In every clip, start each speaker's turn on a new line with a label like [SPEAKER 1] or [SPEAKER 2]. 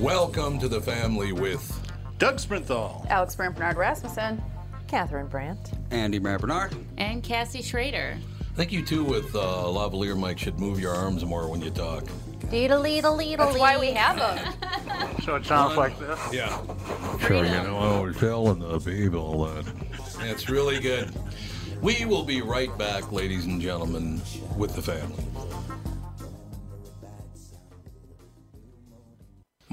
[SPEAKER 1] Welcome to the family with
[SPEAKER 2] Doug Sprinthal.
[SPEAKER 3] Alex Brant Bernard Rasmussen
[SPEAKER 4] Catherine Brandt.
[SPEAKER 5] Andy Brabernard.
[SPEAKER 6] And Cassie Schrader.
[SPEAKER 1] I think you two with uh, lavalier mic should move your arms more when you talk.
[SPEAKER 4] Deedle, deedle, deedle.
[SPEAKER 3] That's why we have them.
[SPEAKER 7] So it sounds like this.
[SPEAKER 1] Yeah,
[SPEAKER 6] Sure, you know,
[SPEAKER 1] I was telling the people that. That's really good. We will be right back, ladies and gentlemen, with the family.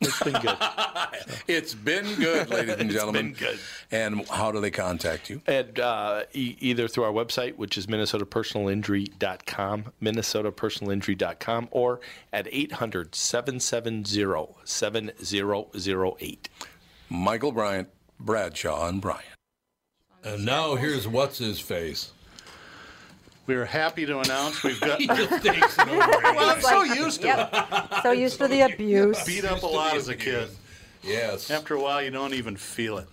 [SPEAKER 2] It's been good.
[SPEAKER 1] It's been good, ladies and gentlemen.
[SPEAKER 2] been good.
[SPEAKER 1] And how do they contact you?
[SPEAKER 2] And uh, e- either through our website, which is minnesotapersonalinjury.com, minnesotapersonalinjury.com, or at 800-770-7008.
[SPEAKER 1] Michael Bryant, Bradshaw, and Bryant. And now here's what's his face.
[SPEAKER 7] We are happy to announce we've got
[SPEAKER 1] He just takes it over.
[SPEAKER 3] Well,
[SPEAKER 7] I'm so used to it.
[SPEAKER 4] So used to the abuse.
[SPEAKER 7] beat up a lot as a kid.
[SPEAKER 1] Yes.
[SPEAKER 7] After a while, you don't even feel it.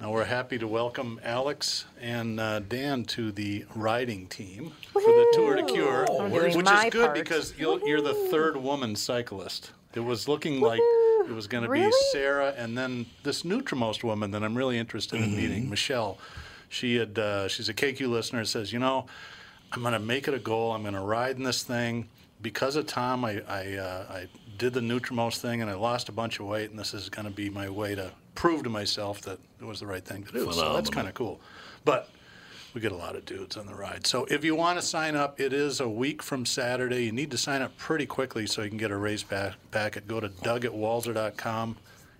[SPEAKER 7] Now we're happy to welcome Alex and uh, Dan to the riding team for the Tour de Cure,
[SPEAKER 1] Oh,
[SPEAKER 4] where's
[SPEAKER 7] which
[SPEAKER 4] my
[SPEAKER 7] is good
[SPEAKER 4] part?
[SPEAKER 7] because you'll, you're the third woman cyclist. It was looking like it was going to be
[SPEAKER 4] Really?
[SPEAKER 7] Sarah and then this Nutrimost woman that I'm really interested in meeting, Michelle. She had uh, she's a KQ listener. Says you know. I'm going to make it a goal. I'm going to ride in this thing. Because of Tom, I, I, uh, I did the Nutrimost thing and I lost a bunch of weight, and this is going to be my way to prove to myself that it was the right thing to do. So that's kind of cool. But we get a lot of dudes on the ride. So if you want to sign up, it is a week from Saturday. You need to sign up pretty quickly so you can get a race back, packet. Go to doug at walzer.com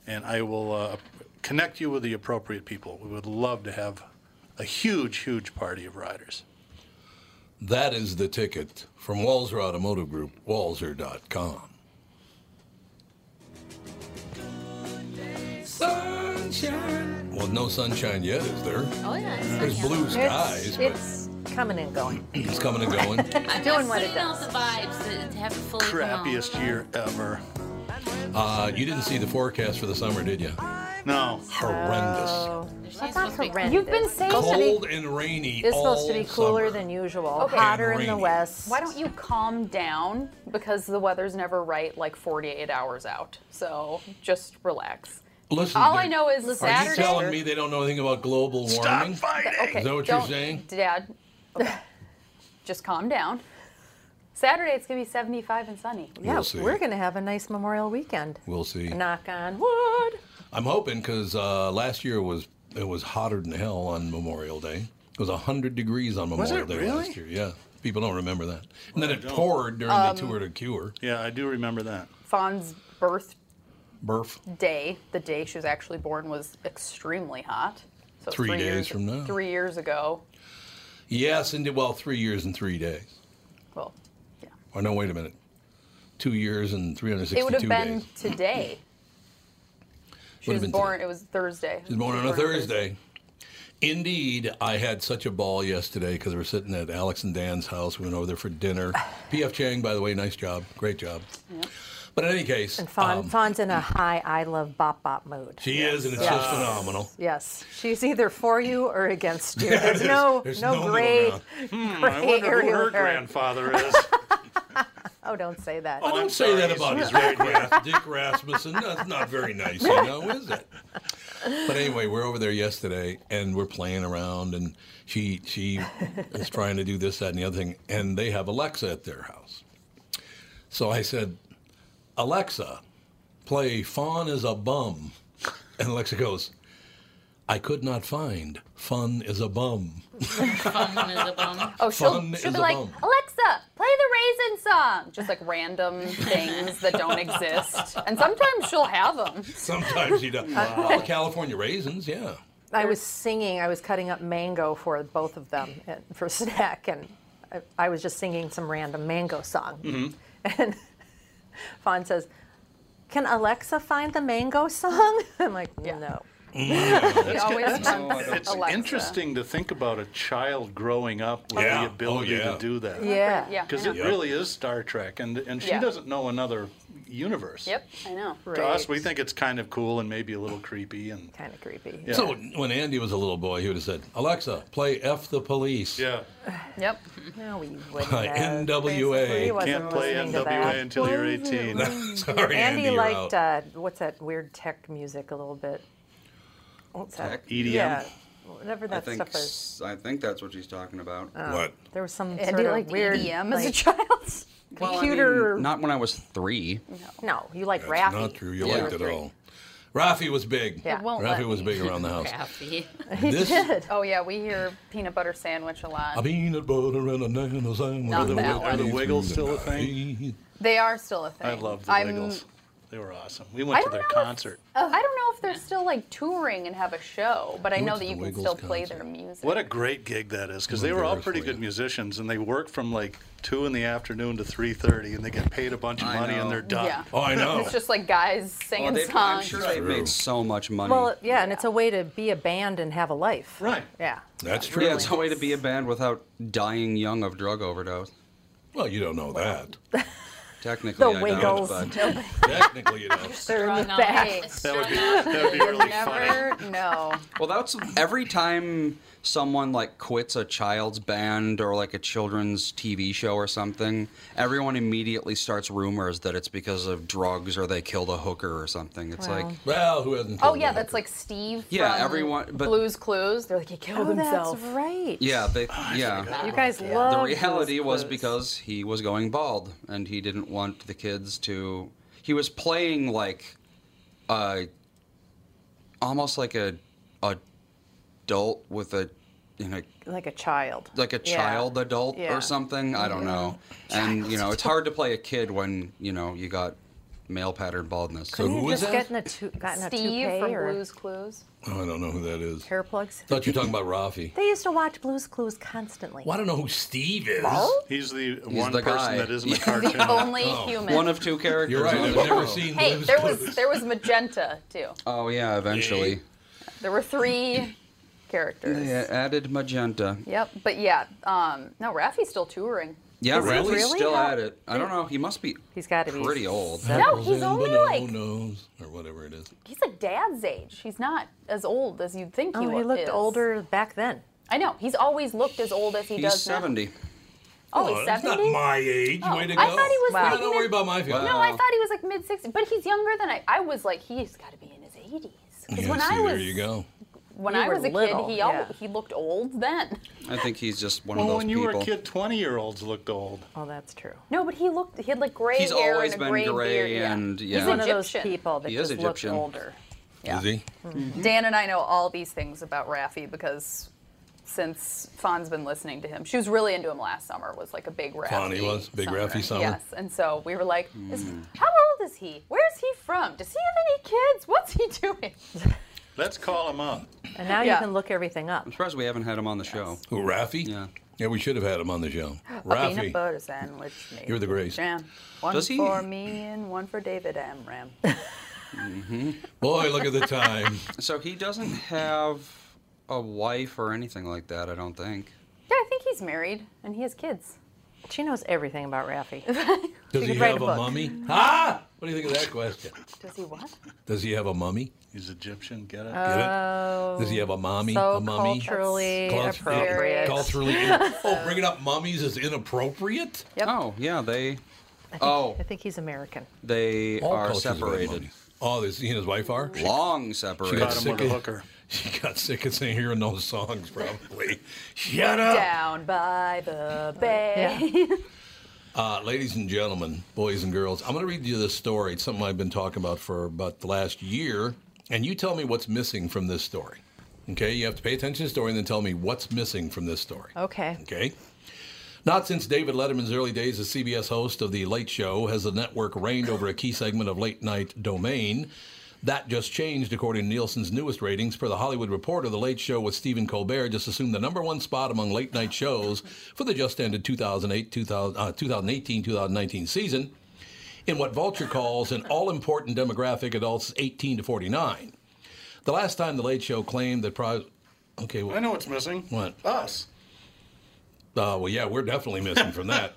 [SPEAKER 7] and I will uh, connect you with the appropriate people. We would love to have a huge, huge party of riders.
[SPEAKER 1] That is the ticket from Walzer Automotive Group, walzer.com. Sunshine. Well, no sunshine yet, is there?
[SPEAKER 6] Oh, yeah. it's
[SPEAKER 1] There's
[SPEAKER 6] fun, yeah.
[SPEAKER 1] blue skies,
[SPEAKER 4] It's,
[SPEAKER 1] but
[SPEAKER 4] it's coming and going.
[SPEAKER 1] it's coming and going.
[SPEAKER 6] I'm
[SPEAKER 4] doing
[SPEAKER 6] just
[SPEAKER 4] what it
[SPEAKER 6] sending out the vibes that haven't fully come out.
[SPEAKER 7] crappiest year ever.
[SPEAKER 1] Uh, you didn't see the forecast for the summer, did you?
[SPEAKER 7] No.
[SPEAKER 1] Horrendous.
[SPEAKER 4] So that's
[SPEAKER 6] It's
[SPEAKER 4] not
[SPEAKER 6] supposed to be-
[SPEAKER 4] horrendous.
[SPEAKER 3] You've been saying
[SPEAKER 4] Oh. Supposed to be-
[SPEAKER 1] Cold and rainy.
[SPEAKER 4] It's supposed to
[SPEAKER 1] all
[SPEAKER 4] be cooler
[SPEAKER 1] summer.
[SPEAKER 4] than usual,
[SPEAKER 3] Okay.
[SPEAKER 4] hotter
[SPEAKER 1] And
[SPEAKER 4] in the
[SPEAKER 1] rainy.
[SPEAKER 4] west.
[SPEAKER 3] Why don't you calm down? Because the weather's never right like 48 hours out. So just relax.
[SPEAKER 1] Listen,
[SPEAKER 3] All
[SPEAKER 1] they're-
[SPEAKER 3] I know is
[SPEAKER 1] Are you
[SPEAKER 3] Saturday.
[SPEAKER 1] telling me they don't know anything about global warming?
[SPEAKER 3] Okay,
[SPEAKER 1] Is that what you're
[SPEAKER 3] don't-
[SPEAKER 1] saying?
[SPEAKER 3] Dad, just calm down. Saturday it's gonna be 75 and sunny.
[SPEAKER 4] Yeah,
[SPEAKER 1] We'll see.
[SPEAKER 4] we're going to have a nice Memorial weekend.
[SPEAKER 1] We'll see.
[SPEAKER 4] Knock on wood.
[SPEAKER 1] I'm hoping because uh, last year was it was hotter than hell on Memorial Day. It was hundred degrees on Memorial
[SPEAKER 7] it
[SPEAKER 1] Day
[SPEAKER 7] really?
[SPEAKER 1] last year. Yeah, people don't remember that. And then it poured during the Tour de Cure.
[SPEAKER 7] Yeah, I do remember that.
[SPEAKER 3] Fawn's birthday,
[SPEAKER 1] Burf.
[SPEAKER 3] the day she was actually born, was extremely hot. So
[SPEAKER 1] Three days
[SPEAKER 3] years-
[SPEAKER 1] from now.
[SPEAKER 3] Three years ago.
[SPEAKER 1] Yes, and well, three years and three days.
[SPEAKER 3] Well,
[SPEAKER 1] Or no, wait a minute, two years and three hundred
[SPEAKER 3] it would have
[SPEAKER 1] sixty-two
[SPEAKER 3] been
[SPEAKER 1] days.
[SPEAKER 3] today. She
[SPEAKER 1] Would have been
[SPEAKER 3] was born.
[SPEAKER 1] today.
[SPEAKER 3] It was Thursday.
[SPEAKER 1] She was born on a Thursday. Indeed, I had such a ball yesterday because we were sitting at Alex and Dan's house. We went over there for dinner. P.F. Chang, by the way, nice job, great job. But in any case,
[SPEAKER 4] And Fawn,
[SPEAKER 1] um,
[SPEAKER 4] Fawn's in a high I love bop bop mood.
[SPEAKER 1] she is, and it's just phenomenal.
[SPEAKER 4] Yes, she's either for you or against you. There's, no,
[SPEAKER 1] there's
[SPEAKER 4] no,
[SPEAKER 1] no middle
[SPEAKER 4] gray,
[SPEAKER 1] ground. Hmm,
[SPEAKER 4] gray
[SPEAKER 7] I wonder who
[SPEAKER 4] area
[SPEAKER 7] her
[SPEAKER 4] with her.
[SPEAKER 7] grandfather is.
[SPEAKER 4] Oh, don't say that.
[SPEAKER 1] I
[SPEAKER 7] I'm
[SPEAKER 1] don't say
[SPEAKER 7] sorry,
[SPEAKER 1] that
[SPEAKER 7] he's
[SPEAKER 1] about
[SPEAKER 7] right
[SPEAKER 1] his Dick Rasmussen. That's not very nice, you know, is it? But anyway, we're over there yesterday and we're playing around, and she she is trying to do this, that, and the other thing, and they have Alexa at their house. So I said, Alexa, play Fawn is a Bum. And Alexa goes, I could not find Fun is a Bum.
[SPEAKER 6] Fun is a bum.
[SPEAKER 3] Oh, she'll,
[SPEAKER 1] Fun
[SPEAKER 3] she'll
[SPEAKER 1] is
[SPEAKER 3] be
[SPEAKER 1] a
[SPEAKER 3] like,
[SPEAKER 1] bum.
[SPEAKER 3] Alexa, play the Raisin song. Just like random things that don't exist. And sometimes she'll have them.
[SPEAKER 1] Sometimes she does. Oh, California raisins, yeah.
[SPEAKER 4] I was singing. I was cutting up mango for both of them and, for snack, and I, I was just singing some random mango song. And Fawn says, "Can Alexa find the mango song?" I'm like, "No."
[SPEAKER 3] She always wants
[SPEAKER 7] It's
[SPEAKER 3] Alexa.
[SPEAKER 7] interesting to think about a child growing up with
[SPEAKER 1] Yeah.
[SPEAKER 7] the ability
[SPEAKER 1] Oh, yeah.
[SPEAKER 7] to do that.
[SPEAKER 4] Yeah.
[SPEAKER 3] Yeah.
[SPEAKER 7] Because
[SPEAKER 3] I
[SPEAKER 7] it
[SPEAKER 3] know.
[SPEAKER 1] Yep.
[SPEAKER 7] really is Star Trek, and, and she
[SPEAKER 3] Yeah.
[SPEAKER 7] doesn't know another universe.
[SPEAKER 3] Yep, I know.
[SPEAKER 7] To us, we
[SPEAKER 4] Right.
[SPEAKER 7] think it's kind of cool and maybe a little creepy. And
[SPEAKER 4] Kind of creepy.
[SPEAKER 7] Yeah.
[SPEAKER 1] So when Andy was a little boy, he would have said, Alexa, play F the Police.
[SPEAKER 7] yeah,
[SPEAKER 3] Yep.
[SPEAKER 4] No, we wouldn't.
[SPEAKER 1] By
[SPEAKER 4] have.
[SPEAKER 1] NWA.
[SPEAKER 4] Basically, he
[SPEAKER 3] E
[SPEAKER 4] wasn't
[SPEAKER 7] can't play
[SPEAKER 4] listening to that.
[SPEAKER 7] NWA until you're 18.
[SPEAKER 1] Sorry, Andy,
[SPEAKER 4] Andy
[SPEAKER 1] you're
[SPEAKER 4] liked
[SPEAKER 1] out.
[SPEAKER 4] uh, what's that weird tech music a little bit. What's that?
[SPEAKER 5] Tech? E
[SPEAKER 7] EDM?
[SPEAKER 4] Yeah, whatever
[SPEAKER 5] I
[SPEAKER 4] that
[SPEAKER 5] think
[SPEAKER 4] stuff is. Uh,
[SPEAKER 5] s- I think that's what she's talking about.
[SPEAKER 3] uh,
[SPEAKER 1] what?
[SPEAKER 4] There was some
[SPEAKER 3] And
[SPEAKER 4] sort
[SPEAKER 3] you
[SPEAKER 4] of
[SPEAKER 3] liked
[SPEAKER 4] weird
[SPEAKER 3] EDM E as a
[SPEAKER 4] like-
[SPEAKER 3] child?
[SPEAKER 5] Well, I
[SPEAKER 4] computer-
[SPEAKER 5] mean, not when I was three.
[SPEAKER 4] No, you like
[SPEAKER 1] That's
[SPEAKER 4] Raffy.
[SPEAKER 1] not true. You
[SPEAKER 5] Yeah.
[SPEAKER 1] liked it all. Rafi was big.
[SPEAKER 4] Yeah. It
[SPEAKER 3] won't let
[SPEAKER 1] Rafi was
[SPEAKER 3] me.
[SPEAKER 1] big around the house.
[SPEAKER 6] Crappy.
[SPEAKER 1] this,
[SPEAKER 4] did.
[SPEAKER 3] Oh, yeah, we hear peanut butter sandwich a lot.
[SPEAKER 1] A peanut butter and a nano sandwich.
[SPEAKER 3] Not
[SPEAKER 1] with a
[SPEAKER 3] that
[SPEAKER 1] whipped
[SPEAKER 3] one. Are
[SPEAKER 7] the
[SPEAKER 1] cream
[SPEAKER 7] Wiggles
[SPEAKER 1] and
[SPEAKER 7] still a
[SPEAKER 1] I
[SPEAKER 7] thing?
[SPEAKER 1] eat.
[SPEAKER 3] They are still a thing.
[SPEAKER 7] I love the
[SPEAKER 3] I'm-
[SPEAKER 7] Wiggles. They were awesome. We
[SPEAKER 3] I
[SPEAKER 7] went to
[SPEAKER 3] don't
[SPEAKER 7] their
[SPEAKER 3] know if-
[SPEAKER 7] concert.
[SPEAKER 3] I don't know if they're still like touring and have a show, but I
[SPEAKER 1] went
[SPEAKER 3] know
[SPEAKER 1] to
[SPEAKER 3] that
[SPEAKER 1] the
[SPEAKER 3] you can
[SPEAKER 1] Wiggles
[SPEAKER 3] still play
[SPEAKER 1] concert.
[SPEAKER 3] their music.
[SPEAKER 7] What a great gig that is, because they were all pretty good musicians, and they work from like two in the afternoon to three thirty, and they get paid a bunch of
[SPEAKER 5] I
[SPEAKER 7] money,
[SPEAKER 5] know.
[SPEAKER 7] and they're done.
[SPEAKER 3] yeah.
[SPEAKER 1] Oh, I know.
[SPEAKER 3] It's just like guys
[SPEAKER 5] Oh,
[SPEAKER 3] singing
[SPEAKER 5] they, I'm
[SPEAKER 3] songs.
[SPEAKER 5] sure they made so much money.
[SPEAKER 4] Well, yeah, and it's a way to be a band and have a life.
[SPEAKER 7] Right.
[SPEAKER 4] Yeah.
[SPEAKER 1] That's true.
[SPEAKER 5] yeah, it's a way to be a band without dying young of drug overdose.
[SPEAKER 1] Well, you don't know that.
[SPEAKER 5] Technically,
[SPEAKER 4] The
[SPEAKER 5] I
[SPEAKER 4] Wiggles.
[SPEAKER 5] don't. But
[SPEAKER 4] Nobody-
[SPEAKER 1] Technically, you don't.
[SPEAKER 4] They're in the
[SPEAKER 6] Strung out.
[SPEAKER 4] back.
[SPEAKER 7] That would be
[SPEAKER 6] Strung
[SPEAKER 7] that would be really funny.
[SPEAKER 3] Never know.
[SPEAKER 5] well, that's every time someone like quits a child's band or like a children's TV show or something, everyone immediately starts rumors that it's because of drugs or they killed a hooker or something. It's like
[SPEAKER 1] Well, who hasn't?
[SPEAKER 3] Oh
[SPEAKER 1] killed
[SPEAKER 3] yeah,
[SPEAKER 1] a
[SPEAKER 3] that's
[SPEAKER 1] hooker?
[SPEAKER 3] like Steve.
[SPEAKER 5] Yeah,
[SPEAKER 3] from
[SPEAKER 5] everyone- but-
[SPEAKER 3] Blues Clues. They're like he killed
[SPEAKER 4] Oh, that's
[SPEAKER 3] himself.
[SPEAKER 4] right.
[SPEAKER 5] yeah, they yeah.
[SPEAKER 4] You guys love
[SPEAKER 5] The reality
[SPEAKER 4] those
[SPEAKER 5] was
[SPEAKER 4] clues.
[SPEAKER 5] because he was going bald and he didn't want the kids to. He was playing like, uh, almost like a adult with a, you know,
[SPEAKER 4] like a child.
[SPEAKER 5] like a
[SPEAKER 4] Yeah.
[SPEAKER 5] child adult
[SPEAKER 4] Yeah. Mm-hmm.
[SPEAKER 5] or something. I don't know. And you know, it's hard to play a kid when you know you got male pattern baldness.
[SPEAKER 1] So
[SPEAKER 4] You
[SPEAKER 1] who is
[SPEAKER 4] just
[SPEAKER 1] that?
[SPEAKER 4] gotten a tu- gotten a
[SPEAKER 3] Steve
[SPEAKER 4] toupee
[SPEAKER 3] from
[SPEAKER 4] or
[SPEAKER 3] Blues Clues.
[SPEAKER 1] Oh, I don't know who that is.
[SPEAKER 4] hair plugs.
[SPEAKER 1] Thought you were talking about Rafi.
[SPEAKER 4] They used to watch Blues Clues constantly.
[SPEAKER 1] Well, I don't know who Steve is.
[SPEAKER 7] He's the one
[SPEAKER 5] the
[SPEAKER 7] person
[SPEAKER 5] guy.
[SPEAKER 7] that isn't a cartoon.
[SPEAKER 3] Only
[SPEAKER 1] Oh.
[SPEAKER 3] human.
[SPEAKER 5] Uh, One of two characters.
[SPEAKER 1] You're right.
[SPEAKER 5] on
[SPEAKER 1] I've
[SPEAKER 5] the
[SPEAKER 1] never
[SPEAKER 5] show.
[SPEAKER 1] seen.
[SPEAKER 3] Hey,
[SPEAKER 1] Blues
[SPEAKER 3] there was
[SPEAKER 1] Clues.
[SPEAKER 3] there was magenta too.
[SPEAKER 5] Oh yeah, eventually.
[SPEAKER 3] There were three characters.
[SPEAKER 5] Yeah, added magenta.
[SPEAKER 3] Yep. But yeah, um, no, Rafi's still touring.
[SPEAKER 5] Yeah,
[SPEAKER 1] Is he
[SPEAKER 5] Ridley's
[SPEAKER 1] really?
[SPEAKER 5] still
[SPEAKER 4] How-
[SPEAKER 5] at it. I don't know. He must be.
[SPEAKER 4] He's got to be
[SPEAKER 5] pretty old.
[SPEAKER 4] seven-
[SPEAKER 3] No, Oh, he's
[SPEAKER 1] And
[SPEAKER 3] only like
[SPEAKER 1] bananas, or whatever it is.
[SPEAKER 3] he's like dad's age. He's not as old as you'd think he
[SPEAKER 4] Oh,
[SPEAKER 3] was.
[SPEAKER 4] he looked older back then.
[SPEAKER 3] I know. He's always looked as old as he
[SPEAKER 5] He's
[SPEAKER 3] does now.
[SPEAKER 5] 70.
[SPEAKER 3] Oh, he's
[SPEAKER 1] Well, it's not
[SPEAKER 3] seventy.
[SPEAKER 1] my age.
[SPEAKER 3] Oh,
[SPEAKER 1] Way to go.
[SPEAKER 3] I thought he was
[SPEAKER 4] Wow.
[SPEAKER 1] Yeah,
[SPEAKER 3] like
[SPEAKER 1] don't
[SPEAKER 3] mid-
[SPEAKER 1] worry about my feelings.
[SPEAKER 3] No, I thought he was like mid 60s, but he's younger than I. I was like, he's got to be in his 80s. Because
[SPEAKER 1] Yeah,
[SPEAKER 3] when
[SPEAKER 1] see,
[SPEAKER 3] I was
[SPEAKER 1] there you go.
[SPEAKER 3] when
[SPEAKER 4] You
[SPEAKER 3] I
[SPEAKER 4] were
[SPEAKER 3] was a
[SPEAKER 4] little,
[SPEAKER 3] kid, he
[SPEAKER 4] yeah.
[SPEAKER 3] al- he looked old then.
[SPEAKER 5] I think he's just one of
[SPEAKER 7] Well,
[SPEAKER 5] those
[SPEAKER 7] when you
[SPEAKER 5] people.
[SPEAKER 7] were a kid, twenty-year-olds looked old.
[SPEAKER 4] Oh, that's true.
[SPEAKER 3] No, but he looked he had like gray
[SPEAKER 5] He's
[SPEAKER 3] hair
[SPEAKER 5] always
[SPEAKER 3] and a
[SPEAKER 5] been
[SPEAKER 3] gray,
[SPEAKER 5] gray
[SPEAKER 3] beard. yeah.
[SPEAKER 5] and- yeah.
[SPEAKER 3] He's
[SPEAKER 4] One of those
[SPEAKER 3] Egyptian.
[SPEAKER 4] people that
[SPEAKER 5] He is
[SPEAKER 4] just look
[SPEAKER 5] Egyptian.
[SPEAKER 4] older.
[SPEAKER 1] Is he?
[SPEAKER 3] Dan and I know all these things about Rafi because since Fawn's been listening to him, she was really into him last summer. Was like a big Rafi.
[SPEAKER 1] Fawn, he was. Big Raffi summer. Hmm.
[SPEAKER 3] Yes, and so we were like, is, "How old is he? Where's he from? Does he have any kids? What's he doing?"
[SPEAKER 7] Let's call him up.
[SPEAKER 4] And now
[SPEAKER 3] Yeah.
[SPEAKER 4] you can look everything up.
[SPEAKER 5] I'm surprised we haven't had him on the show.
[SPEAKER 1] Who, Rafi?
[SPEAKER 5] Yeah.
[SPEAKER 1] Yeah, we should have had him on the show.
[SPEAKER 3] Peanut
[SPEAKER 1] Rafi.
[SPEAKER 3] butter sandwich. made
[SPEAKER 1] You're the
[SPEAKER 3] with
[SPEAKER 1] greatest.
[SPEAKER 3] jam. One
[SPEAKER 5] Does he-
[SPEAKER 3] for me and one for David Amram.
[SPEAKER 1] Boy, look at the time.
[SPEAKER 5] So he doesn't have a wife or anything like that, I don't think.
[SPEAKER 3] Yeah, I think he's married and he has kids.
[SPEAKER 4] She knows everything about Raffi.
[SPEAKER 1] Does
[SPEAKER 4] could
[SPEAKER 1] he
[SPEAKER 4] write
[SPEAKER 1] have
[SPEAKER 4] a
[SPEAKER 1] a,
[SPEAKER 4] book.
[SPEAKER 1] mummy? Ah! What do you think of that question?
[SPEAKER 3] Does he what?
[SPEAKER 1] Does he have a mummy?
[SPEAKER 7] He's Egyptian. Get
[SPEAKER 5] Uh,
[SPEAKER 7] it?
[SPEAKER 1] Get
[SPEAKER 3] Oh.
[SPEAKER 1] it? Does he have a mommy?
[SPEAKER 4] so
[SPEAKER 1] a mummy?
[SPEAKER 4] culturally
[SPEAKER 1] Cult-
[SPEAKER 4] appropriate.
[SPEAKER 1] Culturally. in- oh, bringing up mummies is inappropriate?
[SPEAKER 3] Yep.
[SPEAKER 5] Oh, yeah, they oh,
[SPEAKER 4] I think he's American.
[SPEAKER 5] they
[SPEAKER 1] All
[SPEAKER 5] are
[SPEAKER 1] cultures have
[SPEAKER 5] separated.
[SPEAKER 1] mummies. Oh, this, he and his wife are?
[SPEAKER 5] Long
[SPEAKER 1] She
[SPEAKER 7] Got
[SPEAKER 1] got,
[SPEAKER 7] him
[SPEAKER 5] separation.
[SPEAKER 1] sick
[SPEAKER 7] with a
[SPEAKER 1] of,
[SPEAKER 7] hooker.
[SPEAKER 1] she got sick of saying hearing those songs, probably. Shut up!
[SPEAKER 3] Down by the bay.
[SPEAKER 1] Uh, ladies and gentlemen, boys and girls, I'm going to read you this story. It's something I've been talking about for about the last year, and you tell me what's missing from this story. Okay, you have to pay attention to the story and then tell me what's missing from this story.
[SPEAKER 4] Okay.
[SPEAKER 1] Okay. Not since David Letterman's early days as CBS host of The Late Show has the network reigned over a key segment of late night domain. That just changed, according to Nielsen's newest ratings. Per The Hollywood Reporter, The Late Show with Stephen Colbert just assumed the number one spot among late night shows for the just ended 2008, 2000, uh, 2018 2019 season in what Vulture calls an all important demographic adults 18 to 49. The last time The Late Show claimed that. Pro- okay, well,
[SPEAKER 7] I know what's missing.
[SPEAKER 1] What?
[SPEAKER 7] Us.
[SPEAKER 1] Uh, well, yeah, we're definitely missing from that.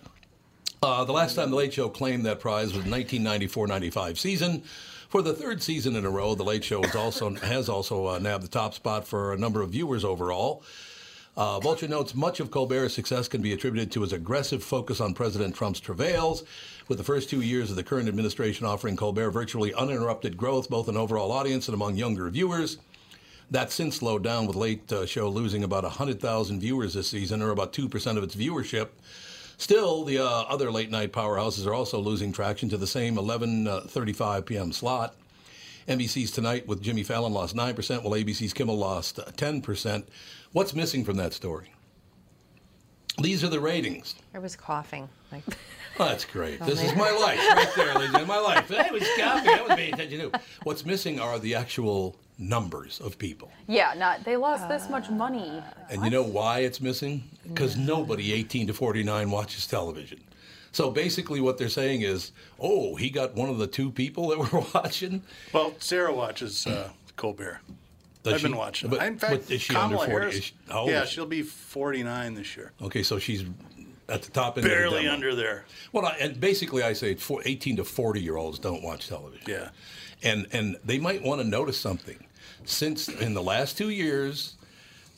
[SPEAKER 1] Uh, the last time The Late Show claimed that prize was 1994-95 season. For the third season in a row, The Late Show is also, has also uh, nabbed the top spot for a number of viewers overall. Uh, Vulture notes much of Colbert's success can be attributed to his aggressive focus on President Trump's travails, with the first two years of the current administration offering Colbert virtually uninterrupted growth, both in overall audience and among younger viewers. That's since slowed down with late uh, show losing about 100,000 viewers this season, or about 2% of its viewership. Still, the uh, other late night powerhouses are also losing traction to the same uh, 11:35 p.m. slot. NBC's Tonight with Jimmy Fallon lost 9%, while ABC's Kimmel lost uh, 10%. What's missing from that story? These are the ratings.
[SPEAKER 4] I was coughing. Like,
[SPEAKER 1] Oh, that's great. this is my life right there, ladies. and gentlemen, My life. That was copy. That was paying attention to. What's missing are the actual numbers of people.
[SPEAKER 3] Yeah, not they lost this much money.
[SPEAKER 1] And you know why it's missing? Because nobody 18 to 49 watches television. So basically, what they're saying is, oh, he got one of the two people that were watching.
[SPEAKER 7] Well, Sarah watches uh, Colbert.
[SPEAKER 1] Does
[SPEAKER 7] I've been
[SPEAKER 1] she-
[SPEAKER 7] watching.
[SPEAKER 1] But,
[SPEAKER 7] I- in fact,
[SPEAKER 1] but is she
[SPEAKER 7] Kamala
[SPEAKER 1] under 40?
[SPEAKER 7] Harris,
[SPEAKER 1] Is she- oh. how old
[SPEAKER 7] yeah,
[SPEAKER 1] is she?
[SPEAKER 7] she'll be 49 this year.
[SPEAKER 1] Okay, so she's at the top end. of the
[SPEAKER 7] Barely
[SPEAKER 1] demo.
[SPEAKER 7] under there.
[SPEAKER 1] Well, I, and basically, I say for 18 to 40 year olds don't watch television.
[SPEAKER 7] Yeah.
[SPEAKER 1] and and they might want to notice something. Since in the last two years,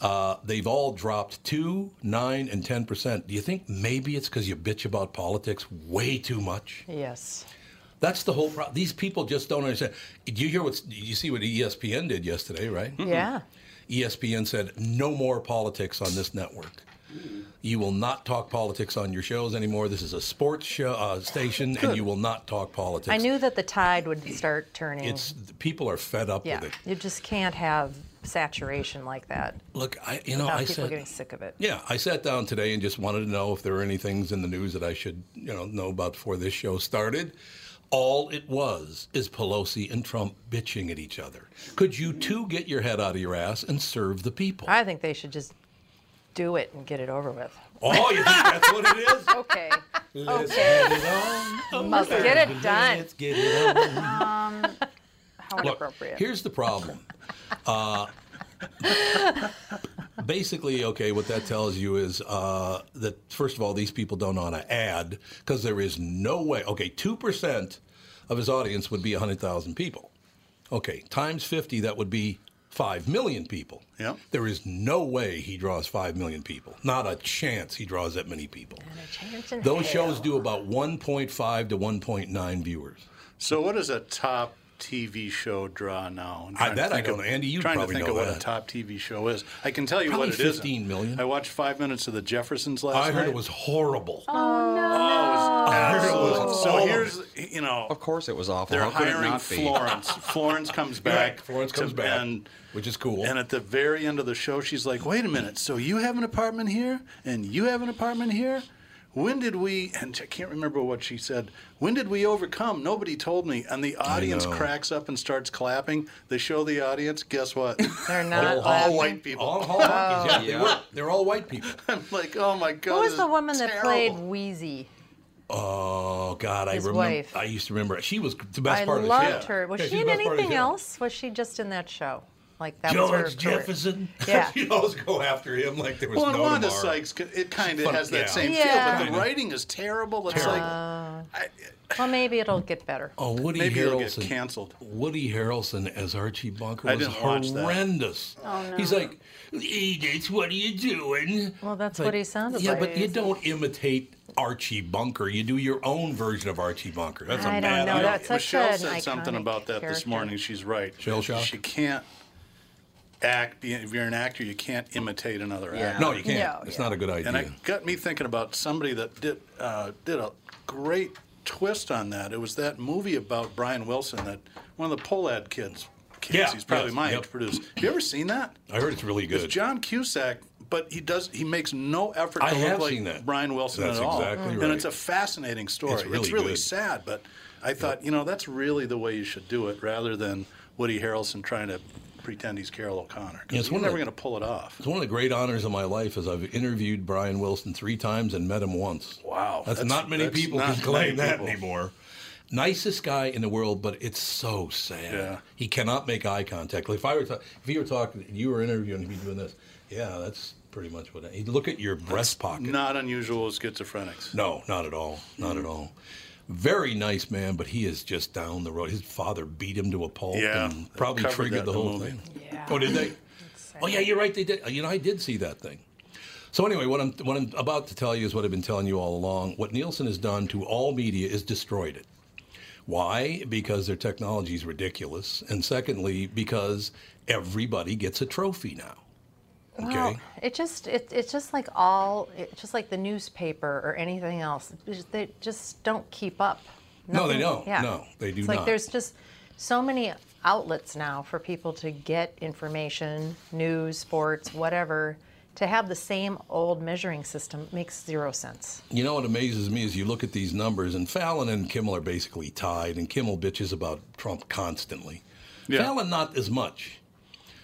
[SPEAKER 1] uh, they've all dropped two, nine, and ten percent. Do you think maybe it's because you bitch about politics way too much?
[SPEAKER 4] yes.
[SPEAKER 1] That's the whole problem. These people just don't understand. Do you hear what you see what E ESPN did yesterday, right? E
[SPEAKER 4] Yeah.
[SPEAKER 1] ESPN said no more politics on this network. You will not talk politics on your shows anymore. This is a sports show, uh, station, and you will not talk politics.
[SPEAKER 4] I knew that the tide would start turning.
[SPEAKER 1] it's people are fed up
[SPEAKER 4] yeah.
[SPEAKER 1] with it.
[SPEAKER 4] You just can't have saturation like that
[SPEAKER 1] Look, I you know
[SPEAKER 4] without
[SPEAKER 1] I
[SPEAKER 4] people
[SPEAKER 1] said
[SPEAKER 4] getting sick of it.
[SPEAKER 1] yeah I sat down today and just wanted to know if there were any things in the news that I should you know know about before this show started. All it was is Pelosi and Trump bitching at each other. Could you two get your head out of your ass and serve the people?
[SPEAKER 4] I think they should just do it and get it over with.
[SPEAKER 1] oh, you think that's what it is?
[SPEAKER 3] Okay.
[SPEAKER 1] Let's
[SPEAKER 3] Okay.
[SPEAKER 1] get it on.
[SPEAKER 4] Let's get it done.
[SPEAKER 1] Let's get it on.
[SPEAKER 3] How
[SPEAKER 1] Look,
[SPEAKER 3] inappropriate.
[SPEAKER 1] Here's the problem. Uh, basically, okay, what that tells you is uh, that, first of all, these people don't know how to add because there is no way. Okay, 2% of his audience would be 100,000 people. Okay, times 50, that would be 5 million people.
[SPEAKER 7] Yeah.
[SPEAKER 1] There is no way he draws 5 million people. Not a chance he draws that many people. Those shows do about 1.5 to 1.9 viewers.
[SPEAKER 7] So, what does a top TV show draw now? I'm
[SPEAKER 1] I-
[SPEAKER 7] trying to
[SPEAKER 1] that I
[SPEAKER 7] think
[SPEAKER 1] don't
[SPEAKER 7] of-
[SPEAKER 1] know. Andy, you
[SPEAKER 7] trying
[SPEAKER 1] probably
[SPEAKER 7] to think
[SPEAKER 1] know
[SPEAKER 7] of what
[SPEAKER 1] that.
[SPEAKER 7] a top TV show is. I can tell you
[SPEAKER 1] Probably
[SPEAKER 7] what it is.
[SPEAKER 1] 15 million.
[SPEAKER 7] I watched five minutes of The Jeffersons last night.
[SPEAKER 1] I heard it was horrible.
[SPEAKER 7] Oh,
[SPEAKER 1] heard it was
[SPEAKER 7] absolute-
[SPEAKER 1] all
[SPEAKER 7] so
[SPEAKER 1] of
[SPEAKER 7] here's you know
[SPEAKER 5] Of course, it was awful.
[SPEAKER 7] they're
[SPEAKER 5] How could it
[SPEAKER 7] hiring
[SPEAKER 5] not be?
[SPEAKER 7] Florence. Florence comes
[SPEAKER 1] Right,
[SPEAKER 7] back.
[SPEAKER 1] Florence
[SPEAKER 7] to-
[SPEAKER 1] comes back,
[SPEAKER 7] And,
[SPEAKER 1] which is cool.
[SPEAKER 7] and at the very end of the show, she's like, "Wait a minute. So you have an apartment here, and you have an apartment here. When did we?" And I can't remember what she said. When did we overcome? Nobody told me. And the audience
[SPEAKER 1] know.
[SPEAKER 7] cracks up and starts clapping. They show the audience. Guess what?
[SPEAKER 4] They're not
[SPEAKER 1] all
[SPEAKER 4] laughing. Oh.
[SPEAKER 7] white people.
[SPEAKER 1] all, all monkeys, yeah,
[SPEAKER 5] yeah.
[SPEAKER 1] They were. They're all white people.
[SPEAKER 7] I'm like, oh my god.
[SPEAKER 4] Who
[SPEAKER 7] this
[SPEAKER 4] was the
[SPEAKER 7] is
[SPEAKER 4] woman that played
[SPEAKER 7] terrible."
[SPEAKER 4] Wheezy?
[SPEAKER 1] Oh God, I
[SPEAKER 4] His
[SPEAKER 1] remember.
[SPEAKER 4] wife.
[SPEAKER 1] I used to remember. She was the best
[SPEAKER 4] I
[SPEAKER 1] part of the
[SPEAKER 4] loved
[SPEAKER 1] show.
[SPEAKER 4] her. Was
[SPEAKER 1] Yeah,
[SPEAKER 4] she
[SPEAKER 1] she's
[SPEAKER 4] in
[SPEAKER 1] the best part of the
[SPEAKER 4] anything
[SPEAKER 1] show.
[SPEAKER 4] else? Was she just in that show? Like that was
[SPEAKER 1] George
[SPEAKER 4] her career.
[SPEAKER 1] Jefferson.
[SPEAKER 4] Yeah.
[SPEAKER 1] You'd always go after him like there was
[SPEAKER 7] Well,
[SPEAKER 1] no
[SPEAKER 7] and one of the
[SPEAKER 1] tomorrow.
[SPEAKER 7] psychs, it kind of
[SPEAKER 1] But-
[SPEAKER 7] has that
[SPEAKER 1] yeah.
[SPEAKER 7] same
[SPEAKER 4] Yeah.
[SPEAKER 7] feel, but the
[SPEAKER 1] Kinda.
[SPEAKER 7] writing is terrible. It's
[SPEAKER 1] Terrible. Uh,
[SPEAKER 7] like, I,
[SPEAKER 4] Well, maybe it'll get better.
[SPEAKER 1] Oh, Woody
[SPEAKER 7] Maybe it'll get
[SPEAKER 1] Harrelson.
[SPEAKER 7] canceled.
[SPEAKER 1] Woody Harrelson as Archie Bunker
[SPEAKER 7] I
[SPEAKER 1] was
[SPEAKER 7] didn't watch that.
[SPEAKER 1] horrendous. Oh, no. He's like, Edith, what are you doing?
[SPEAKER 4] Well, that's
[SPEAKER 1] Like,
[SPEAKER 4] what he sounded
[SPEAKER 1] yeah,
[SPEAKER 4] like.
[SPEAKER 1] but you don't imitate Archie Bunker. You do your own version of Archie Bunker. That's a
[SPEAKER 4] I don't
[SPEAKER 1] bad
[SPEAKER 4] know.
[SPEAKER 1] idea.
[SPEAKER 4] That's such
[SPEAKER 7] Michelle
[SPEAKER 4] an
[SPEAKER 7] said something
[SPEAKER 4] iconic
[SPEAKER 7] about that this
[SPEAKER 4] character.
[SPEAKER 7] morning. She's right.
[SPEAKER 1] Shell shock?
[SPEAKER 7] She can't act. be- If you're an actor, you can't imitate another actor.
[SPEAKER 1] No, you can't.
[SPEAKER 3] No,
[SPEAKER 1] it's
[SPEAKER 3] yeah.
[SPEAKER 1] not a good idea.
[SPEAKER 7] And it got me thinking about somebody that did uh, did a great twist on that. It was that movie about Brian Wilson, that one of the Polad kids. kids
[SPEAKER 1] Yeah,
[SPEAKER 7] he's probably
[SPEAKER 1] yes,
[SPEAKER 7] my
[SPEAKER 1] yep.
[SPEAKER 7] age. Produced. Have you ever seen that?
[SPEAKER 1] I heard it's really
[SPEAKER 7] It's
[SPEAKER 1] good.
[SPEAKER 7] John Cusack, but he does he makes no effort to
[SPEAKER 1] I
[SPEAKER 7] look
[SPEAKER 1] have
[SPEAKER 7] like
[SPEAKER 1] seen that.
[SPEAKER 7] Brian Wilson
[SPEAKER 1] That's
[SPEAKER 7] at all.
[SPEAKER 1] exactly right.
[SPEAKER 7] And it's a fascinating story.
[SPEAKER 1] It's really good.
[SPEAKER 7] sad, but I thought, you know, that's really the way you should do it rather than Woody Harrelson trying to pretend he's Carol O'Connor. 'cause
[SPEAKER 1] Yeah, it's
[SPEAKER 7] you're
[SPEAKER 1] one of
[SPEAKER 7] never
[SPEAKER 1] the-
[SPEAKER 7] going to pull it off.
[SPEAKER 1] It's one of the great honors of my life is I've interviewed Brian Wilson three times and met him once.
[SPEAKER 7] Wow,
[SPEAKER 1] That's,
[SPEAKER 7] that's-
[SPEAKER 1] not many
[SPEAKER 7] that's
[SPEAKER 1] people
[SPEAKER 7] not
[SPEAKER 1] can claim
[SPEAKER 7] many
[SPEAKER 1] that
[SPEAKER 7] people.
[SPEAKER 1] anymore. Nicest guy in the world, but it's so sad.
[SPEAKER 7] Yeah.
[SPEAKER 1] He cannot make eye contact. Like if I were ta- if you were talking, you were interviewing, he'd be doing this. Yeah, that's pretty much what. I, he'd look at your breast pocket.
[SPEAKER 7] Not unusual with schizophrenics.
[SPEAKER 1] No, not at all. Not
[SPEAKER 7] Mm.
[SPEAKER 1] at all. Very nice man, but he is just down the road. His father beat him to a pulp
[SPEAKER 7] Yeah,
[SPEAKER 1] and
[SPEAKER 7] they
[SPEAKER 1] probably
[SPEAKER 7] covered
[SPEAKER 1] triggered
[SPEAKER 7] that
[SPEAKER 1] the
[SPEAKER 7] in the
[SPEAKER 1] whole
[SPEAKER 7] movie.
[SPEAKER 1] thing. Oh, did they? oh, yeah, you're right. They did. You know, I did see that thing. So anyway, what I'm what I'm about to tell you is what I've been telling you all along. What Nielsen has done to all media is destroyed it. Why? Because their technology is ridiculous, and secondly, because everybody gets a trophy now. Okay.
[SPEAKER 4] Well, it just it, it's just like all it's just like the newspaper or anything else. It's just- They just don't keep up.
[SPEAKER 1] No, they
[SPEAKER 4] Nothing-
[SPEAKER 1] don't. No, they do
[SPEAKER 4] it's like
[SPEAKER 1] not.
[SPEAKER 4] there's just so many outlets now for people to get information, news, sports, whatever. To have the same old measuring system makes zero sense.
[SPEAKER 1] You know what amazes me is you look at these numbers, and Fallon and Kimmel are basically tied, and Kimmel bitches about Trump constantly.
[SPEAKER 7] Yeah.
[SPEAKER 1] Fallon not as much.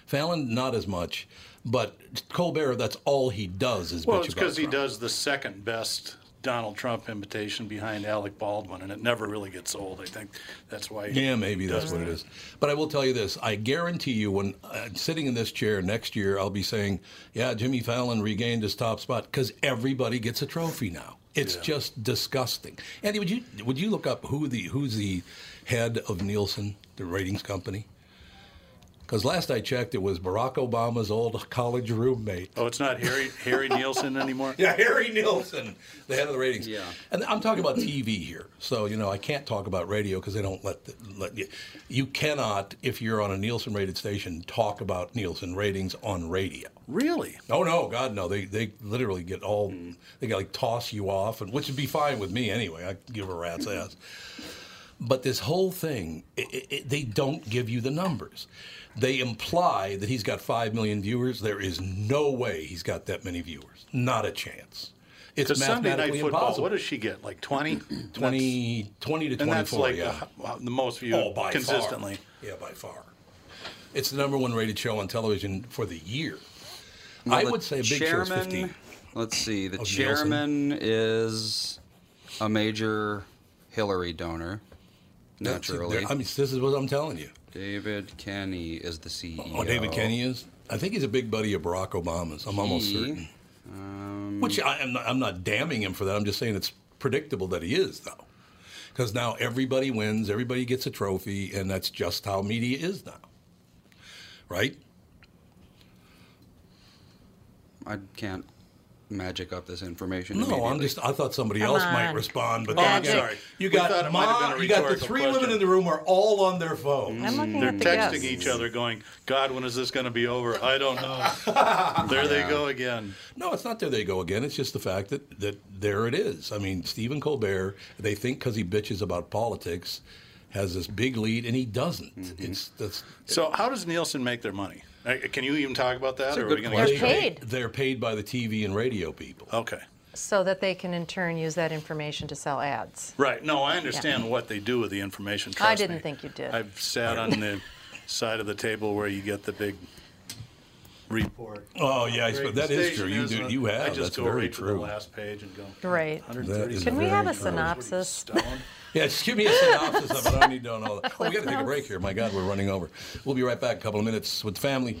[SPEAKER 1] Fallon not as much, but Colbert that's all he does is
[SPEAKER 7] Well,
[SPEAKER 1] bitch
[SPEAKER 7] it's
[SPEAKER 1] about
[SPEAKER 7] because he
[SPEAKER 1] Trump.
[SPEAKER 7] does the second best Donald Trump imitation behind Alec Baldwin, and it never really gets old. I think that's why. he
[SPEAKER 1] Yeah, maybe that's
[SPEAKER 7] does
[SPEAKER 1] what it
[SPEAKER 7] that.
[SPEAKER 1] is. But I will tell you this: I guarantee you, when uh, sitting in this chair next year, I'll be saying, "Yeah, Jimmy Fallon regained his top spot because everybody gets a trophy now." It's just disgusting. Andy, would you would you look up who the who's the head of Nielsen, the ratings company? Because last I checked, it was Barack Obama's old college roommate.
[SPEAKER 7] Oh, it's not Harry Harry Nielsen anymore.
[SPEAKER 1] Yeah, Harry Nilsson, the head of the ratings.
[SPEAKER 5] Yeah.
[SPEAKER 1] And I'm talking about TV here. So, you know, I can't talk about radio because they don't let, the, let you. You cannot, if you're on a Nielsen rated station, talk about Nielsen ratings on radio.
[SPEAKER 7] Really?
[SPEAKER 1] Oh, no, God, no. They, they literally get all, they like toss you off, and which would be fine with me anyway. I give a rat's ass. But this whole thing, i i i they don't give you the numbers. They imply that he's got 5 million viewers. There is no way he's got that many viewers. Not a chance. It's
[SPEAKER 7] Because Sunday Night
[SPEAKER 1] mathematically
[SPEAKER 7] Football,
[SPEAKER 1] impossible.
[SPEAKER 7] what does she get? Like 20?
[SPEAKER 1] 20, 20 to 24,
[SPEAKER 7] And that's like
[SPEAKER 1] yeah.
[SPEAKER 7] the, the most viewed
[SPEAKER 1] Oh, by
[SPEAKER 7] consistently.
[SPEAKER 1] Far. Yeah, by far. It's the number one rated show on television for the year. I
[SPEAKER 5] the
[SPEAKER 1] would say Big Show is 15.
[SPEAKER 5] Let's see. The
[SPEAKER 1] Of Nielsen.
[SPEAKER 5] chairman is a major Hillary donor,
[SPEAKER 1] That's-
[SPEAKER 5] naturally.
[SPEAKER 1] I mean, this is what I'm telling you.
[SPEAKER 5] David Kenny is the E CEO.
[SPEAKER 1] Oh, David Kenny is. I think he's a big buddy of Barack Obama's. I'm almost
[SPEAKER 5] He,
[SPEAKER 1] certain.
[SPEAKER 7] um,
[SPEAKER 1] Which I, I'm, not, I'm not damning him for that. I'm just saying it's predictable that he is, though, because now everybody wins, everybody gets a trophy, and that's just how media is now, right?
[SPEAKER 5] I can't magic up this information.
[SPEAKER 1] No, I'm
[SPEAKER 5] immediately.
[SPEAKER 1] just. I thought somebody
[SPEAKER 4] Come
[SPEAKER 1] else might
[SPEAKER 4] on.
[SPEAKER 1] respond, but
[SPEAKER 7] Oh,
[SPEAKER 1] then
[SPEAKER 7] I'm
[SPEAKER 1] again,
[SPEAKER 7] sorry.
[SPEAKER 1] You
[SPEAKER 7] We thought
[SPEAKER 1] got
[SPEAKER 7] it might have
[SPEAKER 1] Ma,
[SPEAKER 7] been a
[SPEAKER 1] you got the
[SPEAKER 7] rhetorical
[SPEAKER 1] three
[SPEAKER 7] question.
[SPEAKER 1] women in the room are all on their phone.
[SPEAKER 4] I'm looking
[SPEAKER 7] They're
[SPEAKER 4] at the
[SPEAKER 7] texting
[SPEAKER 4] guests.
[SPEAKER 7] each other going, God, when is this going to be over? I don't know. there they go again.
[SPEAKER 1] No, it's not there they go again. It's just the fact that, that there it is. I mean, Stephen Colbert, they think because he bitches about politics, has this big lead, and he doesn't. It's that's
[SPEAKER 7] So, how does Nielsen make their money? Uh, Can you even talk about that?
[SPEAKER 5] a
[SPEAKER 7] Or are we
[SPEAKER 5] good
[SPEAKER 7] going
[SPEAKER 5] question.
[SPEAKER 7] to
[SPEAKER 4] They're paid
[SPEAKER 1] They're paid by the TV and radio people.
[SPEAKER 7] Okay.
[SPEAKER 4] so that they can in turn use that information to sell ads.
[SPEAKER 7] Right. No, I understand what they do with the information. Trust
[SPEAKER 4] I didn't
[SPEAKER 7] me.
[SPEAKER 4] think you did.
[SPEAKER 7] I've sat on the side of the table where you get the big report.
[SPEAKER 1] Oh yeah, I suppose that is true. You do.
[SPEAKER 7] Station
[SPEAKER 1] You
[SPEAKER 7] is, uh,
[SPEAKER 1] have.
[SPEAKER 7] I just
[SPEAKER 1] that's
[SPEAKER 7] go
[SPEAKER 1] very
[SPEAKER 7] right
[SPEAKER 1] true.
[SPEAKER 7] to the last page and go. hmm,
[SPEAKER 4] Right.
[SPEAKER 7] 130
[SPEAKER 1] That
[SPEAKER 4] Can we
[SPEAKER 1] Very
[SPEAKER 4] have a
[SPEAKER 1] true.
[SPEAKER 4] synopsis?
[SPEAKER 7] What are you, stoned?
[SPEAKER 1] Yeah, just give me a synopsis of it. I don't need to know all that. Oh, we got to take a break here. My God, we're running over. We'll be right back in a couple of minutes with the family.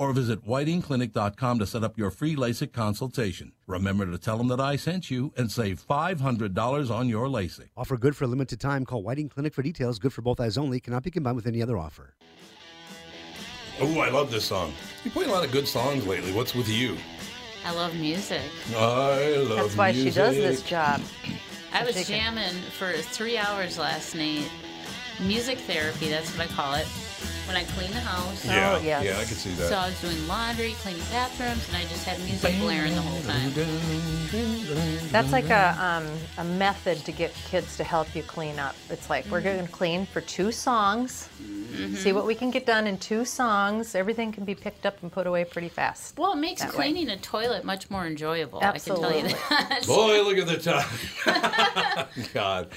[SPEAKER 1] or visit whitingclinic.com to set up your free LASIK consultation. Remember to tell them that I sent you and save $500 on your LASIK.
[SPEAKER 8] Offer good for a limited time. Call Whiting Clinic for details. Good for both eyes only. Cannot be combined with any other offer.
[SPEAKER 1] Ooh, I love this song. You play a lot of good songs lately. What's with you?
[SPEAKER 3] I love music.
[SPEAKER 1] I love
[SPEAKER 4] That's why she does this
[SPEAKER 1] music.
[SPEAKER 4] job.
[SPEAKER 3] I was
[SPEAKER 4] Taken.
[SPEAKER 3] jamming for three hours last night. Music therapy, that's what I call it. When I clean the house.
[SPEAKER 1] Yeah,
[SPEAKER 4] Oh, yes.
[SPEAKER 1] yeah, I can see that.
[SPEAKER 3] So I was doing laundry, cleaning bathrooms, and I just had music blaring the whole time.
[SPEAKER 4] That's like a, um,
[SPEAKER 1] Mm-hmm.
[SPEAKER 4] a method to get kids to help you clean up. It's like we're
[SPEAKER 1] Mm-hmm.
[SPEAKER 4] going to clean for two songs, see what we can get done in two songs. Everything can be picked up and put away pretty fast.
[SPEAKER 3] Well, it makes
[SPEAKER 4] That way.
[SPEAKER 3] cleaning a toilet much more enjoyable. I can tell
[SPEAKER 4] Absolutely.
[SPEAKER 3] you that.
[SPEAKER 1] Boy, look at the time. God.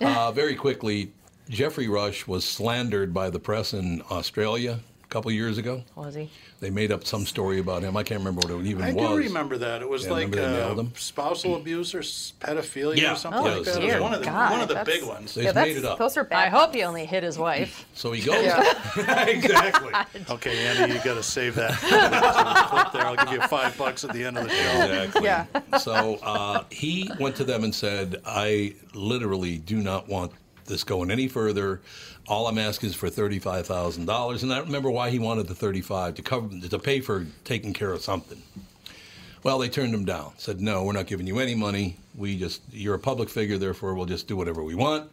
[SPEAKER 1] Uh, very quickly, Jeffrey Rush was slandered by the press in Australia a couple years ago.
[SPEAKER 4] Was he?
[SPEAKER 1] They made up some story about him. I can't remember what it even
[SPEAKER 7] I
[SPEAKER 1] was.
[SPEAKER 7] do remember that. It was
[SPEAKER 1] Yeah,
[SPEAKER 7] like
[SPEAKER 1] remember they nailed
[SPEAKER 7] uh,
[SPEAKER 1] them? Hmm.
[SPEAKER 7] spousal abuse or s- pedophilia
[SPEAKER 1] Yeah.
[SPEAKER 7] or something
[SPEAKER 1] Oh,
[SPEAKER 7] like that. It
[SPEAKER 1] dear
[SPEAKER 7] was one of the,
[SPEAKER 4] God,
[SPEAKER 7] one of the
[SPEAKER 4] that's-
[SPEAKER 7] big ones.
[SPEAKER 1] They
[SPEAKER 4] Yeah,
[SPEAKER 1] made
[SPEAKER 4] that's,
[SPEAKER 1] it up.
[SPEAKER 4] those are bad. I hope he only hit his wife.
[SPEAKER 1] so he goes. exactly.
[SPEAKER 7] Okay, Andy, you got to save that clip there. I'll give you five bucks at the end of the show.
[SPEAKER 1] Exactly. So uh, he went to them and said, I literally do not want this going any further. All I'm asking is for thirty-five thousand dollars, and I don't remember why he wanted the thirty-five to cover to pay for taking care of something. Well, they turned him down. Said, no, we're not giving you any money. We just you're a public figure, therefore we'll just do whatever we want.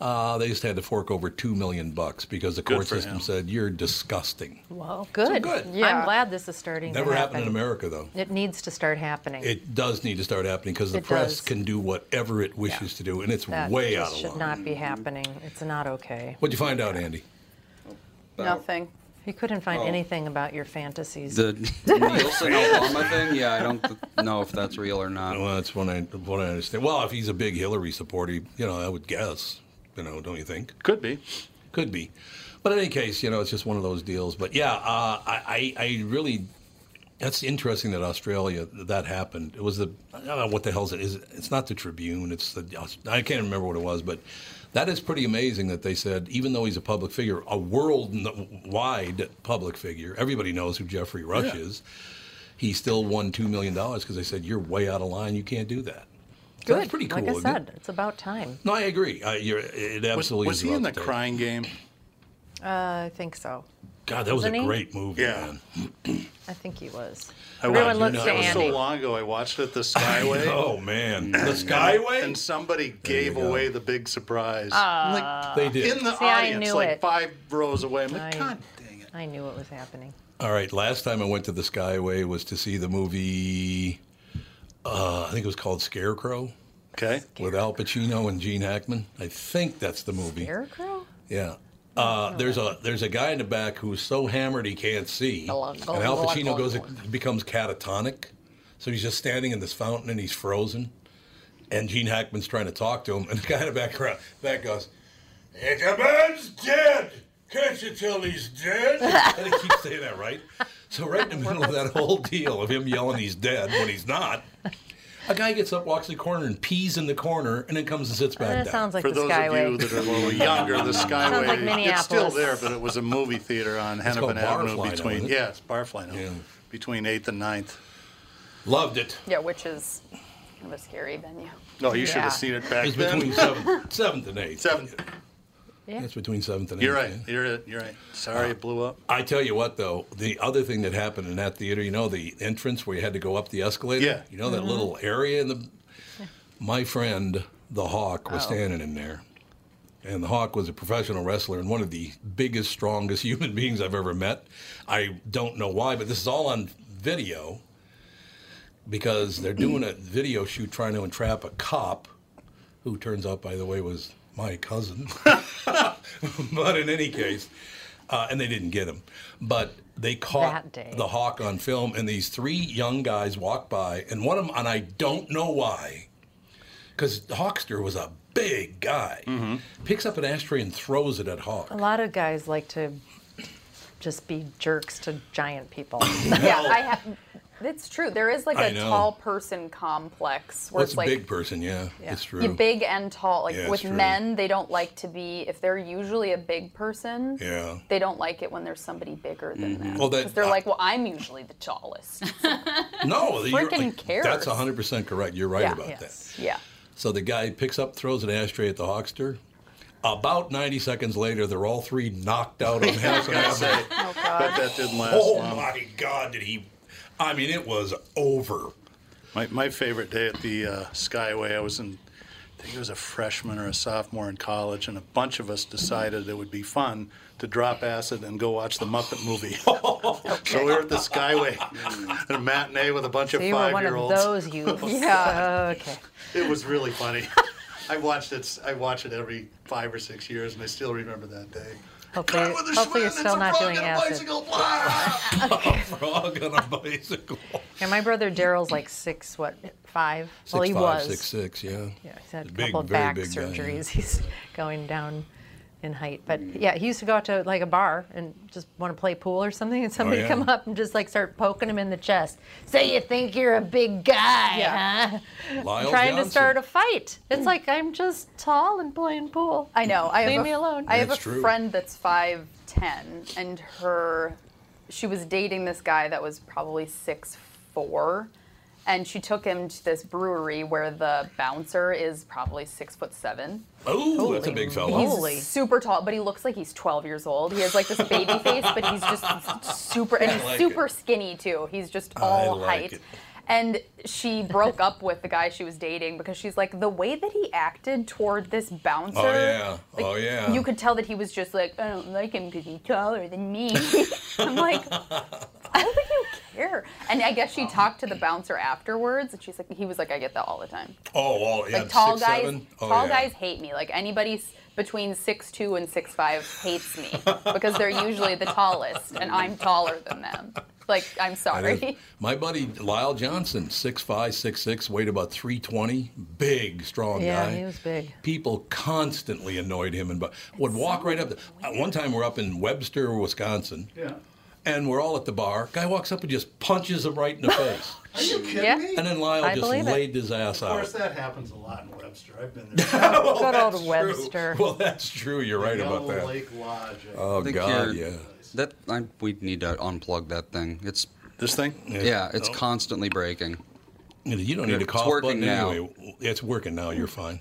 [SPEAKER 1] Uh, they just had to fork over two million bucks because the court
[SPEAKER 7] for
[SPEAKER 1] system
[SPEAKER 7] him.
[SPEAKER 1] said you're disgusting.
[SPEAKER 4] Well, good.
[SPEAKER 1] good.
[SPEAKER 4] I'm
[SPEAKER 3] Yeah.
[SPEAKER 4] glad this is starting
[SPEAKER 1] Never
[SPEAKER 4] to happen.
[SPEAKER 1] happened in America though.
[SPEAKER 4] It needs to start happening.
[SPEAKER 1] It does need to start happening because the
[SPEAKER 4] It
[SPEAKER 1] press
[SPEAKER 4] does.
[SPEAKER 1] can do whatever it wishes to do, and it's
[SPEAKER 4] that
[SPEAKER 1] way
[SPEAKER 4] just
[SPEAKER 1] out of
[SPEAKER 4] should
[SPEAKER 1] line.
[SPEAKER 4] not be happening. It's not okay.
[SPEAKER 1] What'd you find out, Andy?
[SPEAKER 9] Nothing.
[SPEAKER 4] You couldn't
[SPEAKER 1] Oh.
[SPEAKER 4] find anything about your fantasies.
[SPEAKER 5] The Nielsen Obama thing? Yeah, I don't th- know if that's real or not.
[SPEAKER 1] Well, that's what I what I understand. Well, if he's a big Hillary supporter, you know, I would guess. You know, don't you think?
[SPEAKER 7] Could be.
[SPEAKER 1] Could be, but in any case, you know, it's just one of those deals. But yeah, uh, I I I really. That's interesting that Australia that happened. It was the I don't know what the hell is it? Is it- it's not the Tribune. It's the I can't remember what it was, but that is pretty amazing that they said even though he's a public figure, a worldwide public figure, everybody knows who Jeffrey Rush
[SPEAKER 7] Yeah.
[SPEAKER 1] is. He still won two million dollars because they said you're way out of line. You can't do that. So
[SPEAKER 4] good.
[SPEAKER 1] that's pretty cool.
[SPEAKER 4] Like I
[SPEAKER 1] isn't it?
[SPEAKER 4] said, it's about time.
[SPEAKER 1] No, I agree. I, you're, it
[SPEAKER 7] Was,
[SPEAKER 1] absolutely
[SPEAKER 7] was
[SPEAKER 1] is
[SPEAKER 7] he in
[SPEAKER 1] about
[SPEAKER 7] the
[SPEAKER 1] to take.
[SPEAKER 7] crying game?
[SPEAKER 4] Uh, I think so.
[SPEAKER 1] God, that was
[SPEAKER 4] Wasn't
[SPEAKER 1] a
[SPEAKER 4] he?
[SPEAKER 1] great movie.
[SPEAKER 7] Yeah.
[SPEAKER 1] man.
[SPEAKER 4] I think he was.
[SPEAKER 7] I
[SPEAKER 4] Everyone
[SPEAKER 7] watched-
[SPEAKER 4] looks
[SPEAKER 1] know,
[SPEAKER 4] to
[SPEAKER 7] It was so
[SPEAKER 4] Andy.
[SPEAKER 7] long ago. I watched it the Skyway.
[SPEAKER 1] Oh man, the
[SPEAKER 7] Mm. And
[SPEAKER 1] Skyway.
[SPEAKER 7] somebody gave
[SPEAKER 1] go.
[SPEAKER 7] away the big surprise. like,
[SPEAKER 1] They did.
[SPEAKER 7] in the
[SPEAKER 4] Oh, See, I
[SPEAKER 7] audience,
[SPEAKER 4] knew
[SPEAKER 7] like
[SPEAKER 4] it.
[SPEAKER 7] five rows away. I'm like,
[SPEAKER 4] I-
[SPEAKER 7] God dang it.
[SPEAKER 4] I knew it was happening.
[SPEAKER 1] All right, last time I went to the Skyway was to see the movie. Uh, I think it was called Scarecrow
[SPEAKER 7] Okay.
[SPEAKER 1] with Al Pacino and Gene Hackman. I think that's the movie.
[SPEAKER 4] Scarecrow?
[SPEAKER 1] Yeah. Uh, there's a there's a guy in the back who's so hammered he can't see, and
[SPEAKER 4] Glug, glug,
[SPEAKER 1] Al
[SPEAKER 4] glug,
[SPEAKER 1] Pacino
[SPEAKER 4] glug,
[SPEAKER 1] goes
[SPEAKER 4] glug.
[SPEAKER 1] becomes catatonic, So he's just standing in this fountain and he's frozen. And Gene Hackman's trying to talk to him, and the guy in the background back goes, "If a man's dead, can't you tell he's dead?" and he keeps saying that, right? So right in the middle of that whole deal of him yelling he's dead when he's not, a guy gets up, walks to the corner, and pees in the corner, and then comes and sits back
[SPEAKER 4] Oh, That
[SPEAKER 1] down.
[SPEAKER 4] sounds like
[SPEAKER 7] uh, For
[SPEAKER 4] the
[SPEAKER 7] those
[SPEAKER 4] Skyway.
[SPEAKER 7] of you that are a little younger, the Skyway
[SPEAKER 4] like
[SPEAKER 7] it's still
[SPEAKER 4] Minneapolis.
[SPEAKER 7] there, but it was a movie theater on
[SPEAKER 1] called
[SPEAKER 7] Hennepin Avenue
[SPEAKER 1] Barfly now,
[SPEAKER 7] between
[SPEAKER 1] isn't it?
[SPEAKER 7] yeah, it's Barfly now,
[SPEAKER 1] Yeah.
[SPEAKER 7] between Eighth and 9th.
[SPEAKER 1] Loved it.
[SPEAKER 3] Yeah, which is kind of a scary venue.
[SPEAKER 7] No, you should
[SPEAKER 3] Yeah.
[SPEAKER 7] have seen it back
[SPEAKER 1] It's
[SPEAKER 7] then.
[SPEAKER 1] between seventh, seventh and eighth.
[SPEAKER 7] Seven.
[SPEAKER 4] Yeah.
[SPEAKER 1] It's between seventh and
[SPEAKER 7] You're
[SPEAKER 1] eighth.
[SPEAKER 7] right.
[SPEAKER 1] yeah.
[SPEAKER 7] You're right. You're right. Sorry, it blew up.
[SPEAKER 1] I tell you what, though, the other thing that happened in that theater, you know, the entrance where you had to go up the escalator.
[SPEAKER 7] Yeah.
[SPEAKER 1] You know that little area in the. My friend, the Hawk, was
[SPEAKER 3] Oh.
[SPEAKER 1] standing in there, and the Hawk was a professional wrestler and one of the biggest, strongest human beings I've ever met. I don't know why, but this is all on video because they're doing a video shoot trying to entrap a cop, who turns out, by the way, was my cousin. but in any case, uh, and they didn't get him. But they caught
[SPEAKER 4] That day.
[SPEAKER 1] the hawk on film, and these three young guys walked by, and one of them, and I don't know why, because Hawkster was a big guy, picks up an ashtray and throws it at Hawk.
[SPEAKER 4] A lot of guys like to just be jerks to giant people.
[SPEAKER 3] Yeah, I have. It's true. There is like
[SPEAKER 1] I
[SPEAKER 3] a
[SPEAKER 1] know.
[SPEAKER 3] tall person complex where
[SPEAKER 1] That's
[SPEAKER 3] it's
[SPEAKER 1] a
[SPEAKER 3] like
[SPEAKER 1] big person, yeah. It's true.
[SPEAKER 3] you big and tall. Like
[SPEAKER 1] Yeah, it's
[SPEAKER 3] with
[SPEAKER 1] true.
[SPEAKER 3] men, they don't like to be if they're usually a big person.
[SPEAKER 1] Yeah. Mm-hmm.
[SPEAKER 3] They don't like it when there's somebody bigger than them.
[SPEAKER 1] Well, that-
[SPEAKER 3] because they're
[SPEAKER 1] I-
[SPEAKER 3] like, well, I'm usually the tallest.
[SPEAKER 1] No, you're,
[SPEAKER 3] freaking
[SPEAKER 1] like,
[SPEAKER 3] cares?
[SPEAKER 1] that's 100% correct. You're right
[SPEAKER 3] Yeah.
[SPEAKER 1] about
[SPEAKER 4] Yes.
[SPEAKER 1] that.
[SPEAKER 3] yeah.
[SPEAKER 1] So the guy picks up, throws an ashtray at the Hawkster. About 90 seconds later, they're all three knocked out on Madison Avenue.
[SPEAKER 4] Oh,
[SPEAKER 7] But
[SPEAKER 4] God.
[SPEAKER 7] that didn't last
[SPEAKER 1] Oh
[SPEAKER 7] long.
[SPEAKER 1] my God, did he? I mean, it was over.
[SPEAKER 7] My, my favorite day at the uh, Skyway, I was in, I think it was a freshman or a sophomore in college, and a bunch of us decided it would be fun to drop acid and go watch the Muppet movie. so we were at the Skyway at a matinee with a bunch
[SPEAKER 4] So
[SPEAKER 7] of
[SPEAKER 4] you were
[SPEAKER 7] five
[SPEAKER 4] one
[SPEAKER 7] year
[SPEAKER 4] of
[SPEAKER 7] olds.
[SPEAKER 4] those youths.
[SPEAKER 3] Yeah.
[SPEAKER 4] Okay.
[SPEAKER 7] It was really funny. I watched it. s- I watch it every five or six years, and I still remember that day.
[SPEAKER 4] Hopefully,
[SPEAKER 7] God, with a
[SPEAKER 4] hopefully you're
[SPEAKER 7] swing, it's
[SPEAKER 4] still
[SPEAKER 7] a
[SPEAKER 4] not
[SPEAKER 7] frog
[SPEAKER 4] doing
[SPEAKER 7] and a
[SPEAKER 4] acid.
[SPEAKER 7] bicycle. Ah!
[SPEAKER 1] A frog on a bicycle.
[SPEAKER 4] And my brother Daryl's like six, what, five? well, he
[SPEAKER 1] Six, five,
[SPEAKER 4] was.
[SPEAKER 1] six, six, yeah.
[SPEAKER 4] Yeah, he's had a
[SPEAKER 1] Big,
[SPEAKER 4] couple of
[SPEAKER 1] very
[SPEAKER 4] back
[SPEAKER 1] big guy, yeah.
[SPEAKER 4] surgeries. He's going down in height. But yeah, he used to go out to like a bar and just want to play pool or something, and
[SPEAKER 1] Oh,
[SPEAKER 4] somebody
[SPEAKER 1] yeah.
[SPEAKER 4] come up and just like start poking him in the chest. So you think you're a big guy,
[SPEAKER 3] Yeah.
[SPEAKER 4] huh?
[SPEAKER 1] Lyle
[SPEAKER 4] Trying
[SPEAKER 1] Johnson.
[SPEAKER 4] to start a fight. It's like I'm just tall and playing pool.
[SPEAKER 3] I know. I have
[SPEAKER 4] Leave
[SPEAKER 3] a,
[SPEAKER 4] me alone.
[SPEAKER 3] I have a
[SPEAKER 1] That's true.
[SPEAKER 3] friend that's five ten, and her, she was dating this guy that was probably six four, and she took him to this brewery where the bouncer is probably six foot seven.
[SPEAKER 1] Oh, that's a big fella.
[SPEAKER 3] He's
[SPEAKER 4] Holy.
[SPEAKER 3] super tall, but he looks like he's 12 years old. He has like this baby face, but he's just super and
[SPEAKER 1] I
[SPEAKER 3] he's
[SPEAKER 1] like
[SPEAKER 3] super
[SPEAKER 1] it.
[SPEAKER 3] skinny too. He's just all
[SPEAKER 1] like
[SPEAKER 3] height.
[SPEAKER 1] it.
[SPEAKER 3] And she broke up with the guy she was dating because she's like the way that he acted toward this bouncer.
[SPEAKER 1] Oh, yeah.
[SPEAKER 3] like,
[SPEAKER 1] Oh, yeah.
[SPEAKER 3] You could tell that he was just like I don't like him because he's taller than me. I'm like. I don't think you care. And I guess she talked to the bouncer afterwards, and she's like, he was like, I get that all the time.
[SPEAKER 1] Oh, well, yeah.
[SPEAKER 3] Like tall
[SPEAKER 1] six,
[SPEAKER 3] guys,
[SPEAKER 1] seven. Oh,
[SPEAKER 3] tall
[SPEAKER 1] yeah.
[SPEAKER 3] guys hate me. Like anybody s- between six two and six five hates me because they're usually the tallest, and I'm taller than them. Like
[SPEAKER 1] That
[SPEAKER 3] I'm
[SPEAKER 1] is-
[SPEAKER 3] sorry.
[SPEAKER 1] My buddy Lyle Johnson, six five, six six, weighed about three twenty, big, strong
[SPEAKER 4] Yeah,
[SPEAKER 1] guy.
[SPEAKER 4] he was big.
[SPEAKER 1] People constantly annoyed him and bu- would walk right up. To, uh, one time we're up in Webster, Wisconsin,
[SPEAKER 7] Yeah.
[SPEAKER 1] and we're all at the bar. Guy walks up and just punches him right in the face,
[SPEAKER 7] Are you kidding
[SPEAKER 4] Yeah.
[SPEAKER 7] me?
[SPEAKER 1] and then Lyle
[SPEAKER 4] I
[SPEAKER 1] just
[SPEAKER 4] believe it.
[SPEAKER 1] laid his ass
[SPEAKER 7] Of course,
[SPEAKER 1] out.
[SPEAKER 7] that happens a lot in Webster. I've been there.
[SPEAKER 1] Well,
[SPEAKER 4] Good old
[SPEAKER 1] Oh, that's true.
[SPEAKER 4] Webster.
[SPEAKER 1] Well, that's true. You're right about
[SPEAKER 7] Yellow
[SPEAKER 1] that.
[SPEAKER 7] Lake Lodge. I
[SPEAKER 1] Oh
[SPEAKER 5] think
[SPEAKER 1] God,
[SPEAKER 5] you're-
[SPEAKER 1] yeah.
[SPEAKER 5] That I, we need to unplug that thing. It's
[SPEAKER 7] This thing?
[SPEAKER 5] yeah, it's constantly breaking.
[SPEAKER 1] You don't need a
[SPEAKER 5] It's
[SPEAKER 1] cough
[SPEAKER 5] working
[SPEAKER 1] button
[SPEAKER 5] now.
[SPEAKER 1] anyway. It's working now. You're fine.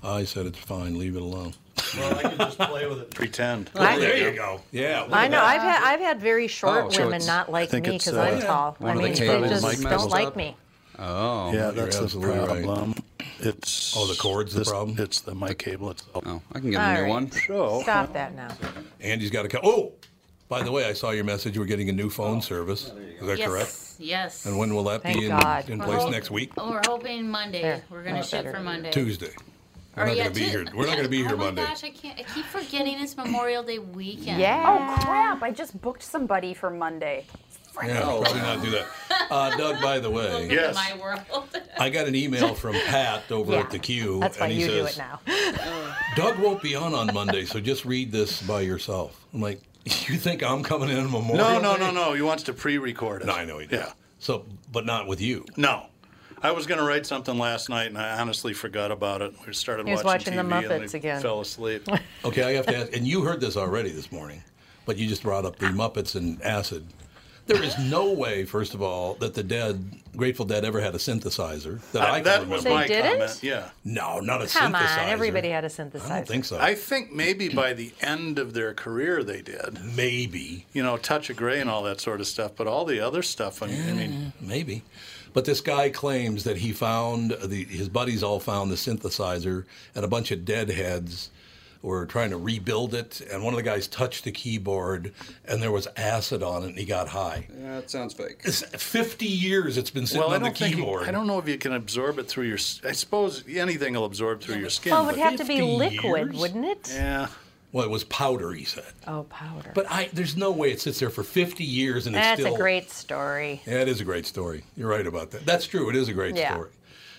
[SPEAKER 1] I said it's fine. Leave it alone.
[SPEAKER 7] Well, I can just play with it. Pretend.
[SPEAKER 4] I-
[SPEAKER 1] there you go. Yeah. look
[SPEAKER 4] I
[SPEAKER 1] at
[SPEAKER 4] know. I've had I've had very short
[SPEAKER 5] Oh, so
[SPEAKER 4] women
[SPEAKER 5] it's-
[SPEAKER 4] not like me
[SPEAKER 7] think it's,
[SPEAKER 4] because
[SPEAKER 7] uh,
[SPEAKER 4] I'm tall.
[SPEAKER 5] one
[SPEAKER 4] I
[SPEAKER 5] of the
[SPEAKER 4] mean, they
[SPEAKER 5] cables
[SPEAKER 4] just
[SPEAKER 5] mic'd
[SPEAKER 4] don't
[SPEAKER 5] up.
[SPEAKER 4] like me.
[SPEAKER 5] Oh,
[SPEAKER 7] Yeah, that's the
[SPEAKER 1] absolutely right.
[SPEAKER 7] problem. It's
[SPEAKER 1] Oh, the cord's the
[SPEAKER 7] this-
[SPEAKER 1] problem?
[SPEAKER 7] It's the my cable itself.
[SPEAKER 5] oh, I can get
[SPEAKER 4] All
[SPEAKER 5] a new
[SPEAKER 4] right.
[SPEAKER 5] one.
[SPEAKER 1] Oh.
[SPEAKER 7] So
[SPEAKER 4] Stop that now.
[SPEAKER 1] Andy's got a co- oh. By the way, I saw your message. We're getting a new phone service. Is that
[SPEAKER 10] yes,
[SPEAKER 1] correct?
[SPEAKER 10] Yes.
[SPEAKER 1] And when will that
[SPEAKER 4] Thank
[SPEAKER 1] be in,
[SPEAKER 4] God.
[SPEAKER 1] in place next week?
[SPEAKER 10] Oh, we're hoping Monday.
[SPEAKER 4] There.
[SPEAKER 10] We're gonna
[SPEAKER 4] Much
[SPEAKER 10] shoot
[SPEAKER 4] better.
[SPEAKER 10] for Monday.
[SPEAKER 1] Tuesday. We're
[SPEAKER 10] Or,
[SPEAKER 1] not
[SPEAKER 10] yeah,
[SPEAKER 1] going to be
[SPEAKER 10] Tu-
[SPEAKER 1] here. We're not going to be here
[SPEAKER 10] oh
[SPEAKER 1] Monday.
[SPEAKER 10] Oh my gosh, I can't. I keep forgetting it's Memorial Day weekend.
[SPEAKER 4] Yeah.
[SPEAKER 3] Oh crap! I just booked somebody for Monday. different.
[SPEAKER 1] Yeah, probably not do that. Uh, Doug, by the way,
[SPEAKER 7] Yes.
[SPEAKER 10] My world.
[SPEAKER 1] I got an email from Pat over
[SPEAKER 4] Yeah.
[SPEAKER 1] at the Q,
[SPEAKER 4] That's why
[SPEAKER 1] and he
[SPEAKER 4] you do
[SPEAKER 1] says,
[SPEAKER 4] it now.
[SPEAKER 1] "Doug won't be on on Monday, so just read this by yourself." I'm like, "You think I'm coming in on Memorial?"
[SPEAKER 7] No, no,
[SPEAKER 1] Day?"
[SPEAKER 7] no, no. He wants to pre-record it.
[SPEAKER 1] No, I know he did.
[SPEAKER 7] Yeah.
[SPEAKER 1] So, but not with you.
[SPEAKER 7] No. I was going to write something last night, and I honestly forgot about it. We started
[SPEAKER 4] He was
[SPEAKER 7] watching,
[SPEAKER 4] watching The
[SPEAKER 7] TV and
[SPEAKER 4] Muppets
[SPEAKER 7] I
[SPEAKER 4] again.
[SPEAKER 7] fell asleep.
[SPEAKER 1] Okay, I have to ask, and you heard this already this morning, but you just brought up the Muppets and acid. There is no way, first of all, that the dead Grateful Dead ever had a synthesizer that I, can
[SPEAKER 7] I- Uh, that
[SPEAKER 1] remember.
[SPEAKER 7] was
[SPEAKER 4] They
[SPEAKER 7] my
[SPEAKER 4] didn't?
[SPEAKER 7] comment. Yeah.
[SPEAKER 1] no, not a
[SPEAKER 4] Come
[SPEAKER 1] synthesizer.
[SPEAKER 4] on, everybody had a
[SPEAKER 1] I don't
[SPEAKER 4] synthesizer.
[SPEAKER 1] think so.
[SPEAKER 7] I think maybe by the end of their career they did.
[SPEAKER 1] maybe,
[SPEAKER 7] You know, Touch of Grey and all that sort of stuff, but all the other stuff, I mean, I mean
[SPEAKER 1] maybe, but this guy claims that he found the his buddies all found the synthesizer and a bunch of deadheads were trying to rebuild it, and one of the guys touched the keyboard and there was acid on it, and he got high.
[SPEAKER 5] Yeah, that sounds fake.
[SPEAKER 1] It's 50 years it's been sitting
[SPEAKER 7] well, I
[SPEAKER 1] on the
[SPEAKER 7] don't, think you-
[SPEAKER 1] keyboard.
[SPEAKER 7] I don't know if you can absorb it through your. s- I suppose anything will absorb through your skin.
[SPEAKER 4] Well, it would
[SPEAKER 7] but-
[SPEAKER 4] have to be
[SPEAKER 1] 50
[SPEAKER 4] liquid,
[SPEAKER 1] years?
[SPEAKER 4] wouldn't it?
[SPEAKER 7] yeah.
[SPEAKER 1] Well, it was powder, he said.
[SPEAKER 4] Oh, powder.
[SPEAKER 1] But I, there's no way it sits there for 50 years and
[SPEAKER 4] That's
[SPEAKER 1] it's still.
[SPEAKER 4] a great story.
[SPEAKER 1] Yeah, it is a great story. You're right about that. That's true. It is a great
[SPEAKER 4] Yeah.
[SPEAKER 1] story.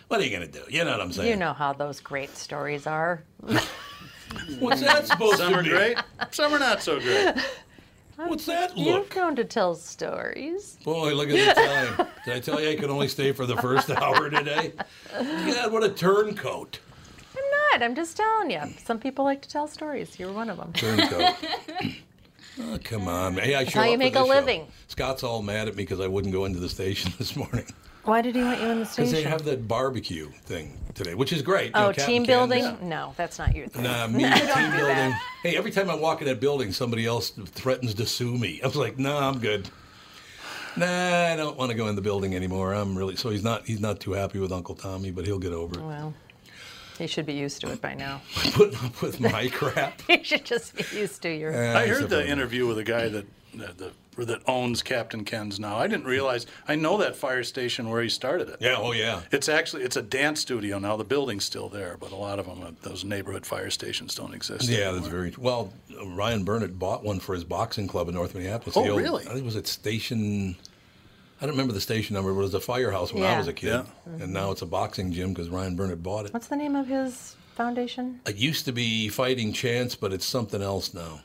[SPEAKER 1] What are you going to do? You know what I'm saying?
[SPEAKER 4] You know how those great stories are.
[SPEAKER 1] What's that supposed
[SPEAKER 7] Some
[SPEAKER 1] to
[SPEAKER 7] are
[SPEAKER 1] be?
[SPEAKER 7] great, some are not so great.
[SPEAKER 1] What's that
[SPEAKER 4] You've
[SPEAKER 1] look?
[SPEAKER 4] known to tell stories.
[SPEAKER 1] Boy, look at the time. Did I tell you I could only stay for the first hour today? God, what a turncoat.
[SPEAKER 4] I'm not. I'm just telling you. Some people like to tell stories. You're one of them.
[SPEAKER 1] Turncoat. Oh, come on, man. Hey, I show
[SPEAKER 4] how you
[SPEAKER 1] up for
[SPEAKER 4] make a
[SPEAKER 1] this show.
[SPEAKER 4] living.
[SPEAKER 1] Scott's all mad at me because I wouldn't go into the station this morning.
[SPEAKER 4] Why did he want you in the
[SPEAKER 1] Because they
[SPEAKER 4] station?
[SPEAKER 1] have that barbecue thing today, which is great. You know,
[SPEAKER 4] oh,
[SPEAKER 1] Captain
[SPEAKER 4] team
[SPEAKER 1] Candace-
[SPEAKER 4] building? No, that's not your thing.
[SPEAKER 1] Nah, me, team building. Hey, every time I walk in that building, somebody else threatens to sue me. I was like, nah, I'm good. Nah, I don't want to go in the building anymore. I'm really so he's not he's not too happy with Uncle Tommy, but he'll get over it.
[SPEAKER 4] Well, you should be used to it by now.
[SPEAKER 1] Putting up with my crap.
[SPEAKER 4] you should just be used to your.
[SPEAKER 1] Eh,
[SPEAKER 7] I heard the
[SPEAKER 1] suppose.
[SPEAKER 7] interview with the guy that the, the that owns Captain Ken's now. I didn't realize. I know that fire station where he started it.
[SPEAKER 1] Yeah, oh yeah.
[SPEAKER 7] It's actually it's a dance studio now. The building's still there, but a lot of them uh, those neighborhood fire stations don't exist.
[SPEAKER 1] Yeah,
[SPEAKER 7] anymore.
[SPEAKER 1] that's very well. Ryan Burnett bought one for his boxing club in North Minneapolis.
[SPEAKER 7] Oh,
[SPEAKER 1] The old-
[SPEAKER 7] really?
[SPEAKER 1] I think it was at Station. I don't remember the station number, but it was a firehouse when I
[SPEAKER 4] Yeah.
[SPEAKER 1] was a kid,
[SPEAKER 7] Yeah.
[SPEAKER 1] and now it's a boxing gym because Ryan Burnett bought it.
[SPEAKER 4] What's the name of his foundation?
[SPEAKER 1] It used to be Fighting Chance, but it's something else now.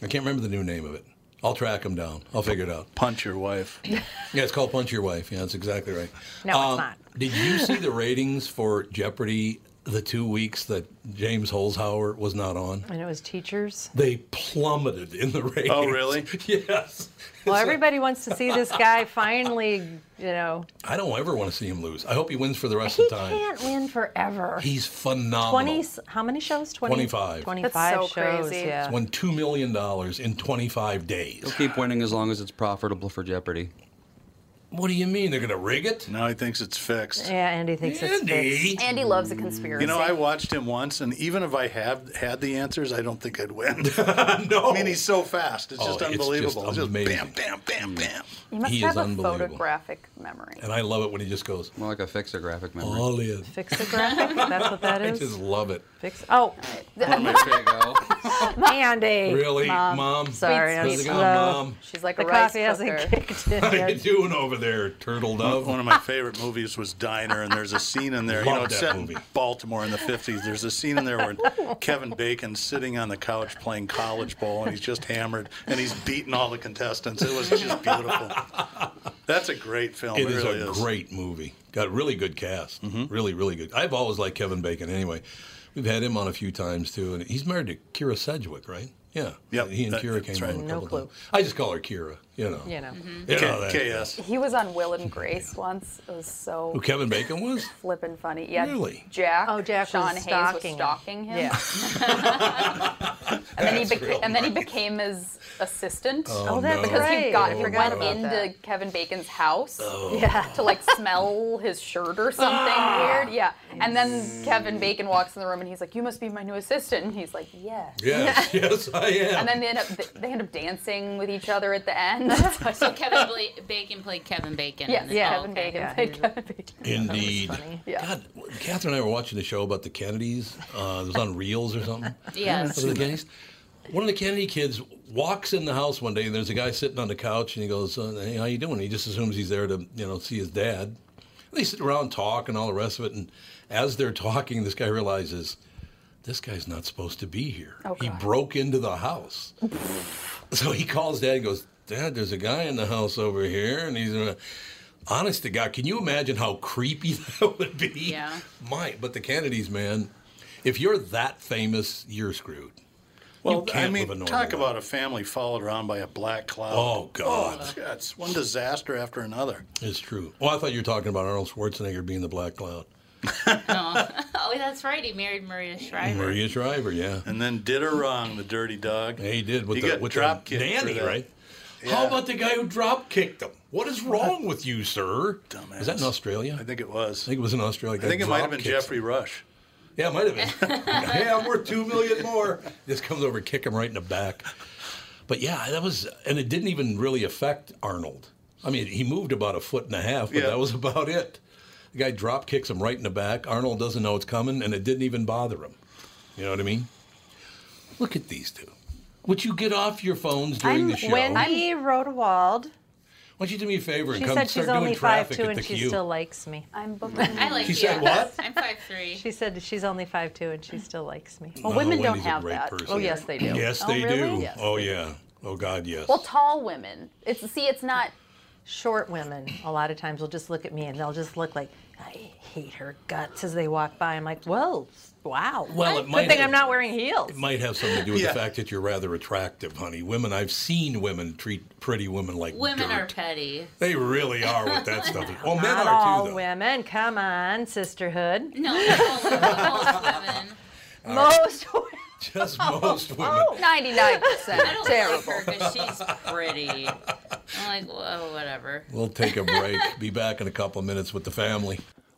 [SPEAKER 1] I can't remember the new name of it. I'll track him down. I'll figure it out.
[SPEAKER 7] Punch your wife.
[SPEAKER 1] Yeah, it's called Punch Your Wife. Yeah, that's exactly right. Uh,
[SPEAKER 4] No, it's not.
[SPEAKER 1] Did you see the ratings for Jeopardy the two weeks that James Holzhauer was not on?
[SPEAKER 4] And it was teachers.
[SPEAKER 1] They plummeted in the ratings.
[SPEAKER 7] Oh, really?
[SPEAKER 1] yes.
[SPEAKER 4] Well, everybody wants to see this guy finally, you know.
[SPEAKER 1] I don't ever want to see him lose. I hope he wins for the rest
[SPEAKER 4] He
[SPEAKER 1] of time.
[SPEAKER 4] can't win forever.
[SPEAKER 1] He's phenomenal.
[SPEAKER 4] 20, how many shows? 20,
[SPEAKER 1] 25.
[SPEAKER 4] 25
[SPEAKER 3] That's so
[SPEAKER 4] shows,
[SPEAKER 3] crazy.
[SPEAKER 4] yeah.
[SPEAKER 1] Won $2 million in 25 days.
[SPEAKER 5] He'll keep winning as long as it's profitable for Jeopardy.
[SPEAKER 1] What do you mean? They're going to rig it?
[SPEAKER 7] now he thinks it's fixed.
[SPEAKER 4] Yeah, Andy thinks it's fixed.
[SPEAKER 1] Andy.
[SPEAKER 3] Andy loves a conspiracy.
[SPEAKER 7] You know, I watched him once, and even if I have had the answers, I don't think I'd win.
[SPEAKER 1] No.
[SPEAKER 7] I mean, he's so fast; it's
[SPEAKER 1] Oh,
[SPEAKER 7] just
[SPEAKER 1] it's just
[SPEAKER 7] unbelievable. It's just,
[SPEAKER 1] amazing. Mm.
[SPEAKER 7] bam, bam, bam, bam.
[SPEAKER 3] you must
[SPEAKER 1] he
[SPEAKER 3] have
[SPEAKER 1] is
[SPEAKER 3] a
[SPEAKER 1] unbelievable.
[SPEAKER 3] photographic memory.
[SPEAKER 1] And I love it when he just goes,
[SPEAKER 5] More like a fixer graphic memory.
[SPEAKER 1] all in.
[SPEAKER 4] Fix the graphic? That's what that
[SPEAKER 1] I
[SPEAKER 4] is?
[SPEAKER 1] just love it.
[SPEAKER 4] Fix. Oh,
[SPEAKER 5] there you go.
[SPEAKER 4] Andy.
[SPEAKER 1] Really, Mom?
[SPEAKER 4] Sorry, I'm
[SPEAKER 1] How's it
[SPEAKER 4] slow.
[SPEAKER 1] going, Mom?
[SPEAKER 3] She's like
[SPEAKER 4] The
[SPEAKER 3] a rice
[SPEAKER 4] coffee hasn't
[SPEAKER 3] cooker.
[SPEAKER 4] kicked in
[SPEAKER 1] How you
[SPEAKER 4] yet.
[SPEAKER 1] doing over there, turtle dove?
[SPEAKER 7] One of my favorite movies was Diner, and there's a scene in there. You
[SPEAKER 1] Love
[SPEAKER 7] know, it's
[SPEAKER 1] that
[SPEAKER 7] set
[SPEAKER 1] movie.
[SPEAKER 7] in Baltimore in the 50s. There's a scene in there where Kevin Bacon's sitting on the couch playing college ball, and he's just hammered, and he's beating all the contestants. It was just beautiful. That's a great film. It,
[SPEAKER 1] It is
[SPEAKER 7] really
[SPEAKER 1] a
[SPEAKER 7] is. Mm-hmm.
[SPEAKER 1] great movie. Got really good cast. Really, really good. I've always liked Kevin Bacon anyway. We've had him on a few times too, and he's married to Kira Sedgwick, right? Yeah.
[SPEAKER 7] Yep,
[SPEAKER 1] He and
[SPEAKER 7] that-
[SPEAKER 1] Kira
[SPEAKER 7] that's
[SPEAKER 1] came on
[SPEAKER 7] right.
[SPEAKER 1] a
[SPEAKER 4] No
[SPEAKER 1] couple
[SPEAKER 4] clue.
[SPEAKER 1] times. I just call her Kira, you know.
[SPEAKER 4] You know.
[SPEAKER 1] You
[SPEAKER 7] K-
[SPEAKER 1] know that-
[SPEAKER 7] KS.
[SPEAKER 3] He was on Will and Grace once. It was so
[SPEAKER 1] Who Oh, Kevin Bacon was?
[SPEAKER 3] flippin' funny. Yeah,
[SPEAKER 1] Really?
[SPEAKER 3] Jack.
[SPEAKER 4] Oh, Jack
[SPEAKER 3] Sean
[SPEAKER 4] was
[SPEAKER 3] Hayes
[SPEAKER 4] stalking him.
[SPEAKER 3] was stalking him.
[SPEAKER 4] Yeah.
[SPEAKER 3] and then he
[SPEAKER 1] That's
[SPEAKER 3] beca-
[SPEAKER 1] real
[SPEAKER 3] and then he became his assistant.
[SPEAKER 4] Oh, that's
[SPEAKER 1] no.
[SPEAKER 3] Because
[SPEAKER 4] right.
[SPEAKER 3] he got
[SPEAKER 4] I
[SPEAKER 3] he
[SPEAKER 4] forgot
[SPEAKER 3] went
[SPEAKER 4] about
[SPEAKER 3] into
[SPEAKER 4] that.
[SPEAKER 3] Kevin Bacon's house
[SPEAKER 4] Yeah.
[SPEAKER 3] to like smell his shirt or something weird. Yeah. And then Kevin Bacon walks in the room and he's like, "You must be my new assistant." And he's like, "Yes."
[SPEAKER 1] Yes, yes, I am.
[SPEAKER 3] And then they end up they end up dancing with each other at the end. so
[SPEAKER 10] Kevin Bla- Bacon played Kevin Bacon.
[SPEAKER 3] yes,
[SPEAKER 10] in it.
[SPEAKER 4] Yeah.
[SPEAKER 10] Oh,
[SPEAKER 3] Kevin
[SPEAKER 10] okay.
[SPEAKER 3] Bacon played Kevin Bacon.
[SPEAKER 1] Indeed.
[SPEAKER 4] funny.
[SPEAKER 3] Yeah.
[SPEAKER 1] God, Catherine and I were watching a show about the Kennedys. Uh, it was on Reels or something.
[SPEAKER 10] Yes.
[SPEAKER 1] Was it the Kennedys? One of the Kennedy kids walks in the house one day and there's a guy sitting on the couch and he goes, uh, "Hey, how you doing?" He just assumes he's there to you know see his dad. They sit around talk and all the rest of it, and as they're talking, this guy realizes this guy's not supposed to be here.
[SPEAKER 11] Oh,
[SPEAKER 1] he
[SPEAKER 11] God.
[SPEAKER 1] broke into the house. So he calls dad and goes, Dad, there's a guy in the house over here. And he's, uh, honest to God, can you imagine how creepy that would be?
[SPEAKER 3] Yeah.
[SPEAKER 1] My, but the Kennedys, man, if you're that famous, you're screwed.
[SPEAKER 7] Well, I
[SPEAKER 1] can't live a
[SPEAKER 7] mean,
[SPEAKER 1] normal
[SPEAKER 7] talk
[SPEAKER 1] life.
[SPEAKER 7] about a family followed around by a black cloud.
[SPEAKER 1] Oh, God.
[SPEAKER 7] Oh, yeah, it's one disaster after another.
[SPEAKER 1] It's true. Well, I thought you were talking about Arnold Schwarzenegger being the Black Cloud.
[SPEAKER 3] Oh, that's right. He married Maria Shriver.
[SPEAKER 1] Maria Shriver, yeah.
[SPEAKER 7] And then did her wrong, the dirty dog.
[SPEAKER 1] He did with
[SPEAKER 7] He
[SPEAKER 1] the
[SPEAKER 7] got
[SPEAKER 1] with
[SPEAKER 7] drop
[SPEAKER 1] the
[SPEAKER 7] kicked for
[SPEAKER 1] nanny,
[SPEAKER 7] that.
[SPEAKER 1] right?
[SPEAKER 7] Yeah.
[SPEAKER 1] How about the guy who drop kicked him? What is wrong with you, sir?
[SPEAKER 7] Dumbass.
[SPEAKER 1] Is that in Australia?
[SPEAKER 7] I think it was.
[SPEAKER 1] I think it was in Australia.
[SPEAKER 7] I think it might have been Jeffrey Rush.
[SPEAKER 1] Yeah, it might have been. hey, I'm worth two million more. Just comes over, kick him right in the back. But yeah, that was, and it didn't even really affect Arnold. I mean, he moved about a foot and a half, but
[SPEAKER 7] Yeah.
[SPEAKER 1] that was about it. The guy drop kicks him right in the back. Arnold doesn't know it's coming, and it didn't even bother him. You know what I mean? Look at these two. Would you get off your phones during
[SPEAKER 4] I'm
[SPEAKER 1] the show?
[SPEAKER 4] Wendy Rodewald.
[SPEAKER 1] Why don't you do me a favor and
[SPEAKER 4] She
[SPEAKER 1] come
[SPEAKER 4] said
[SPEAKER 1] start
[SPEAKER 4] she's
[SPEAKER 1] doing
[SPEAKER 4] only five
[SPEAKER 1] traffic
[SPEAKER 4] two
[SPEAKER 1] at the
[SPEAKER 4] and she
[SPEAKER 1] queue?
[SPEAKER 4] still likes me.
[SPEAKER 11] I'm booking.
[SPEAKER 3] I like
[SPEAKER 1] She
[SPEAKER 3] you.
[SPEAKER 1] said what?
[SPEAKER 3] I'm five three.
[SPEAKER 4] She said she's only five two and she still likes me.
[SPEAKER 11] Well, women don't
[SPEAKER 1] Oh, Wendy's a
[SPEAKER 11] have
[SPEAKER 1] great
[SPEAKER 11] that.
[SPEAKER 1] person.
[SPEAKER 4] Oh yes, they do.
[SPEAKER 1] Yes,
[SPEAKER 11] Oh,
[SPEAKER 1] they
[SPEAKER 11] really?
[SPEAKER 1] do.
[SPEAKER 11] Yes,
[SPEAKER 1] oh yeah. Oh God, yes.
[SPEAKER 11] Well, tall women. It's see, it's not.
[SPEAKER 4] Short women a lot of times will just look at me and they'll just look like I hate her guts as they walk by. I'm like, whoa, wow.
[SPEAKER 1] Well, it might
[SPEAKER 4] Good thing
[SPEAKER 1] have-
[SPEAKER 4] I'm not wearing heels.
[SPEAKER 1] might have something to do with
[SPEAKER 7] Yeah.
[SPEAKER 1] the fact that you're rather attractive, honey. Women, I've seen women treat pretty women like
[SPEAKER 3] Women
[SPEAKER 1] dirt.
[SPEAKER 3] are petty.
[SPEAKER 1] They really are with that stuff. Well, men
[SPEAKER 4] not
[SPEAKER 1] are
[SPEAKER 4] all
[SPEAKER 1] too, though.
[SPEAKER 4] women. Come on, sisterhood.
[SPEAKER 3] No, most, most women.
[SPEAKER 4] Most women.
[SPEAKER 1] Just most women.
[SPEAKER 4] Oh.
[SPEAKER 11] 99
[SPEAKER 3] I
[SPEAKER 11] percent
[SPEAKER 3] don't
[SPEAKER 11] terrible.
[SPEAKER 3] like her because she's pretty. I'm like, whoa, whatever.
[SPEAKER 1] We'll take a break. Be back in a couple of minutes with the family.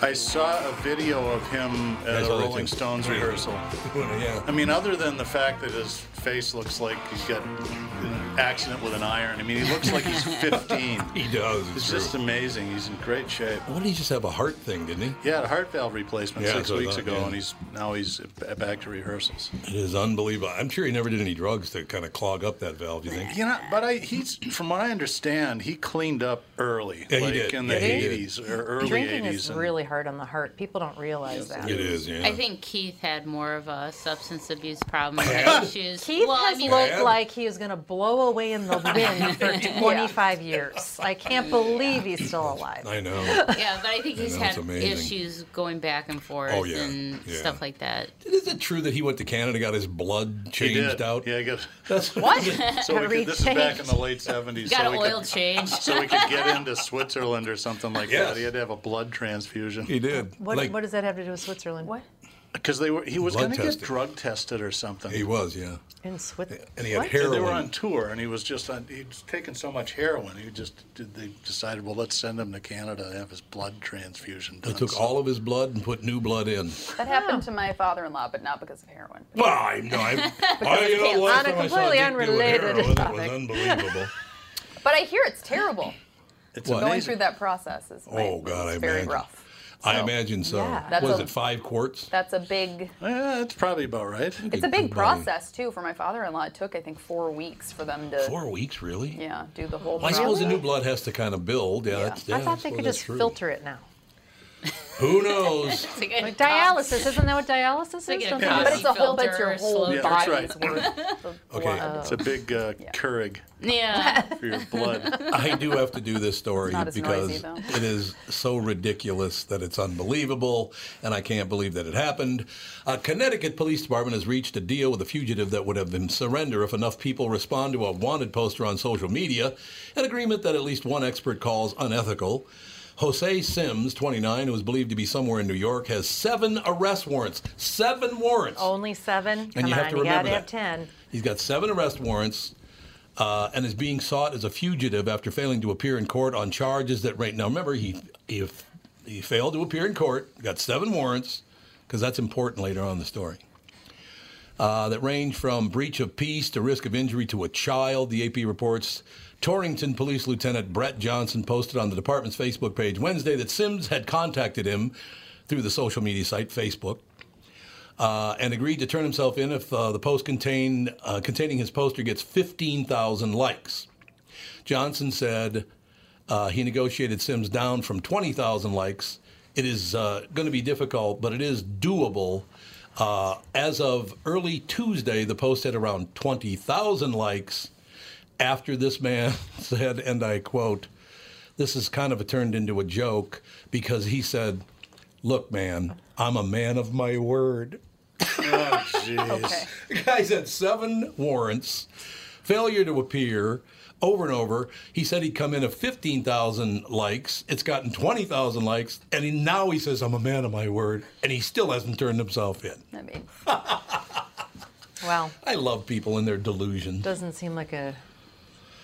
[SPEAKER 7] I saw a video of him at
[SPEAKER 1] That's
[SPEAKER 7] a
[SPEAKER 1] all they
[SPEAKER 7] Rolling
[SPEAKER 1] do.
[SPEAKER 7] Stones rehearsal. I
[SPEAKER 1] yeah.
[SPEAKER 7] mean, other than the fact that his face looks like he's got an accident with an iron. I mean, he looks like he's 15.
[SPEAKER 1] He does.
[SPEAKER 7] It's
[SPEAKER 1] It's
[SPEAKER 7] just
[SPEAKER 1] true.
[SPEAKER 7] amazing. He's in great shape.
[SPEAKER 1] What did he just have a heart thing, didn't he?
[SPEAKER 7] He had a heart valve replacement
[SPEAKER 1] Yeah,
[SPEAKER 7] six
[SPEAKER 1] so
[SPEAKER 7] weeks
[SPEAKER 1] that-
[SPEAKER 7] ago,
[SPEAKER 1] yeah.
[SPEAKER 7] and he's now he's b- back to rehearsals.
[SPEAKER 1] It is unbelievable. I'm sure he never did any drugs to kind of clog up that valve. You think?
[SPEAKER 7] You know, but I he's from what I understand, he cleaned up early,
[SPEAKER 1] Yeah, he
[SPEAKER 7] like
[SPEAKER 1] did.
[SPEAKER 7] in the
[SPEAKER 1] Yeah, he did.
[SPEAKER 7] eighties or early
[SPEAKER 4] Drinking
[SPEAKER 7] eighties.
[SPEAKER 4] is really hard on the heart. People don't realize that.
[SPEAKER 1] It is. Yeah.
[SPEAKER 3] I think Keith had more of a substance abuse problem or issues.
[SPEAKER 4] Keith
[SPEAKER 3] well,
[SPEAKER 4] has
[SPEAKER 3] I mean,
[SPEAKER 4] looked
[SPEAKER 1] Yeah.
[SPEAKER 4] like he is going to blow away in the wind for 25 years. I can't believe he's still alive.
[SPEAKER 1] I know.
[SPEAKER 3] yeah, but I think he's
[SPEAKER 1] that's
[SPEAKER 3] had
[SPEAKER 1] amazing.
[SPEAKER 3] issues going back and forth
[SPEAKER 1] Oh, yeah.
[SPEAKER 3] and
[SPEAKER 1] Yeah.
[SPEAKER 3] stuff like that.
[SPEAKER 1] is it true that he went to Canada, got his blood
[SPEAKER 7] He
[SPEAKER 1] changed
[SPEAKER 7] did.
[SPEAKER 1] out?
[SPEAKER 7] Yeah, I guess.
[SPEAKER 1] That's what.
[SPEAKER 4] What?
[SPEAKER 7] So we could, this is back in the late seventies.
[SPEAKER 3] Got
[SPEAKER 7] so
[SPEAKER 3] an
[SPEAKER 7] we
[SPEAKER 3] oil
[SPEAKER 7] could,
[SPEAKER 3] change.
[SPEAKER 7] so we could get into Switzerland or something like
[SPEAKER 1] Yes.
[SPEAKER 7] that. He had to have a blood transfusion.
[SPEAKER 1] He did.
[SPEAKER 4] What,
[SPEAKER 1] like,
[SPEAKER 4] what does that have to do with Switzerland? What?
[SPEAKER 7] because they were he was
[SPEAKER 8] Blood
[SPEAKER 7] going to get
[SPEAKER 8] tested.
[SPEAKER 7] drug tested or something.
[SPEAKER 8] He was, yeah.
[SPEAKER 4] In Switzerland.
[SPEAKER 8] And he had
[SPEAKER 7] They were
[SPEAKER 8] heroin.
[SPEAKER 7] on tour, and he was just on. He'd taken so much heroin, he just did. They decided, well, let's send him to Canada and have his blood transfusion
[SPEAKER 8] They
[SPEAKER 7] done.
[SPEAKER 8] took
[SPEAKER 7] So-
[SPEAKER 8] all of his blood and put new blood in.
[SPEAKER 3] That happened to my father-in-law, but not because of heroin.
[SPEAKER 8] Well, I know. I, I, you
[SPEAKER 3] can't-
[SPEAKER 8] know last
[SPEAKER 3] on a
[SPEAKER 8] time I saw
[SPEAKER 3] completely
[SPEAKER 8] Dick do a
[SPEAKER 3] unrelated
[SPEAKER 8] heroin, it was
[SPEAKER 3] topic.
[SPEAKER 8] unbelievable.
[SPEAKER 3] But I hear it's terrible.
[SPEAKER 8] It's
[SPEAKER 3] going
[SPEAKER 8] amazing.
[SPEAKER 3] through that process is
[SPEAKER 8] Oh God, I
[SPEAKER 3] it's very
[SPEAKER 8] imagine.
[SPEAKER 3] rough.
[SPEAKER 8] I imagine so.
[SPEAKER 3] Yeah. That's
[SPEAKER 8] What is
[SPEAKER 3] a-
[SPEAKER 8] it? Five quarts.
[SPEAKER 3] That's a big.
[SPEAKER 7] Yeah, that's probably about right.
[SPEAKER 3] It's a big process too for my father-in-law. It took I think four weeks for them to.
[SPEAKER 8] Four weeks, really?
[SPEAKER 3] Yeah, do the whole.
[SPEAKER 8] Well, I suppose the
[SPEAKER 3] process.
[SPEAKER 8] new blood has to kind of build. Yeah, That's, yeah
[SPEAKER 4] I thought they
[SPEAKER 8] suppose
[SPEAKER 4] could
[SPEAKER 8] that's
[SPEAKER 4] just
[SPEAKER 8] true.
[SPEAKER 4] filter it now.
[SPEAKER 8] Who knows?
[SPEAKER 4] Like dialysis, isn't that what dialysis is? Don't they
[SPEAKER 3] But
[SPEAKER 4] just-
[SPEAKER 3] it's a whole. But it's your whole
[SPEAKER 7] yeah,
[SPEAKER 3] body.
[SPEAKER 7] that's right.
[SPEAKER 8] Okay. blood.
[SPEAKER 7] it's a big uh, Keurig
[SPEAKER 6] Yeah.
[SPEAKER 7] for your blood.
[SPEAKER 8] I do have to do this story
[SPEAKER 3] It's not as
[SPEAKER 8] because
[SPEAKER 3] noisy, though.
[SPEAKER 8] it is so ridiculous that it's unbelievable, and I can't believe that it happened. A Connecticut police department has reached a deal with a fugitive that would have him surrender if enough people respond to a wanted poster on social media, an agreement that at least one expert calls unethical. Jose Sims, 29, who is believed to be somewhere in New York, has seven arrest warrants. Seven warrants.
[SPEAKER 4] Only seven. Come
[SPEAKER 8] you
[SPEAKER 4] on,
[SPEAKER 8] have to
[SPEAKER 4] you gotta
[SPEAKER 8] remember
[SPEAKER 4] have
[SPEAKER 8] that.
[SPEAKER 4] ten.
[SPEAKER 8] He's got seven arrest warrants uh, and is being sought as a fugitive after failing to appear in court on charges that right now. Remember, he he, he failed to appear in court, got seven warrants because that's important later on in the story. Uh, that range from breach of peace to risk of injury to a child, the AP reports. Torrington Police Lieutenant Brett Johnson posted on the department's Facebook page Wednesday that Sims had contacted him through the social media site Facebook uh, and agreed to turn himself in if uh, the post contained, uh, containing his poster gets 15,000 likes. Johnson said uh, he negotiated Sims down from 20,000 likes. It is uh, going to be difficult, but it is doable. Uh, as of early Tuesday, the post had around 20,000 likes after this man said, and I quote, this is kind of turned into a joke because he said, Look, man, I'm a man of my word.
[SPEAKER 7] Oh, jeez.
[SPEAKER 3] Okay.
[SPEAKER 8] The guy's had seven warrants, failure to appear over and over. He said he'd come in at 15,000 likes. It's gotten 20,000 likes. And he, now he says, I'm a man of my word. And he still hasn't turned himself in.
[SPEAKER 3] I mean,
[SPEAKER 4] Wow.
[SPEAKER 8] I love people in their delusions.
[SPEAKER 4] Doesn't seem like a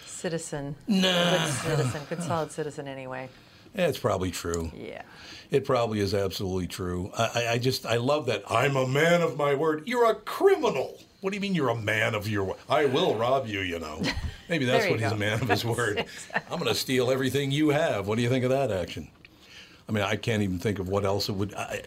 [SPEAKER 4] citizen.
[SPEAKER 8] Nah.
[SPEAKER 4] Good citizen. Good solid citizen anyway.
[SPEAKER 8] Yeah, it's probably true.
[SPEAKER 4] Yeah.
[SPEAKER 8] It probably is absolutely true. I, I, I just, I love that. I'm a man of my word. You're a criminal. What do you mean you're a man of your word? I will rob you, you know. Maybe that's
[SPEAKER 4] There you
[SPEAKER 8] what he's
[SPEAKER 4] go.
[SPEAKER 8] a man of his word. I'm going to steal everything you have. What do you think of that action? I mean, I can't even think of what else it would. I,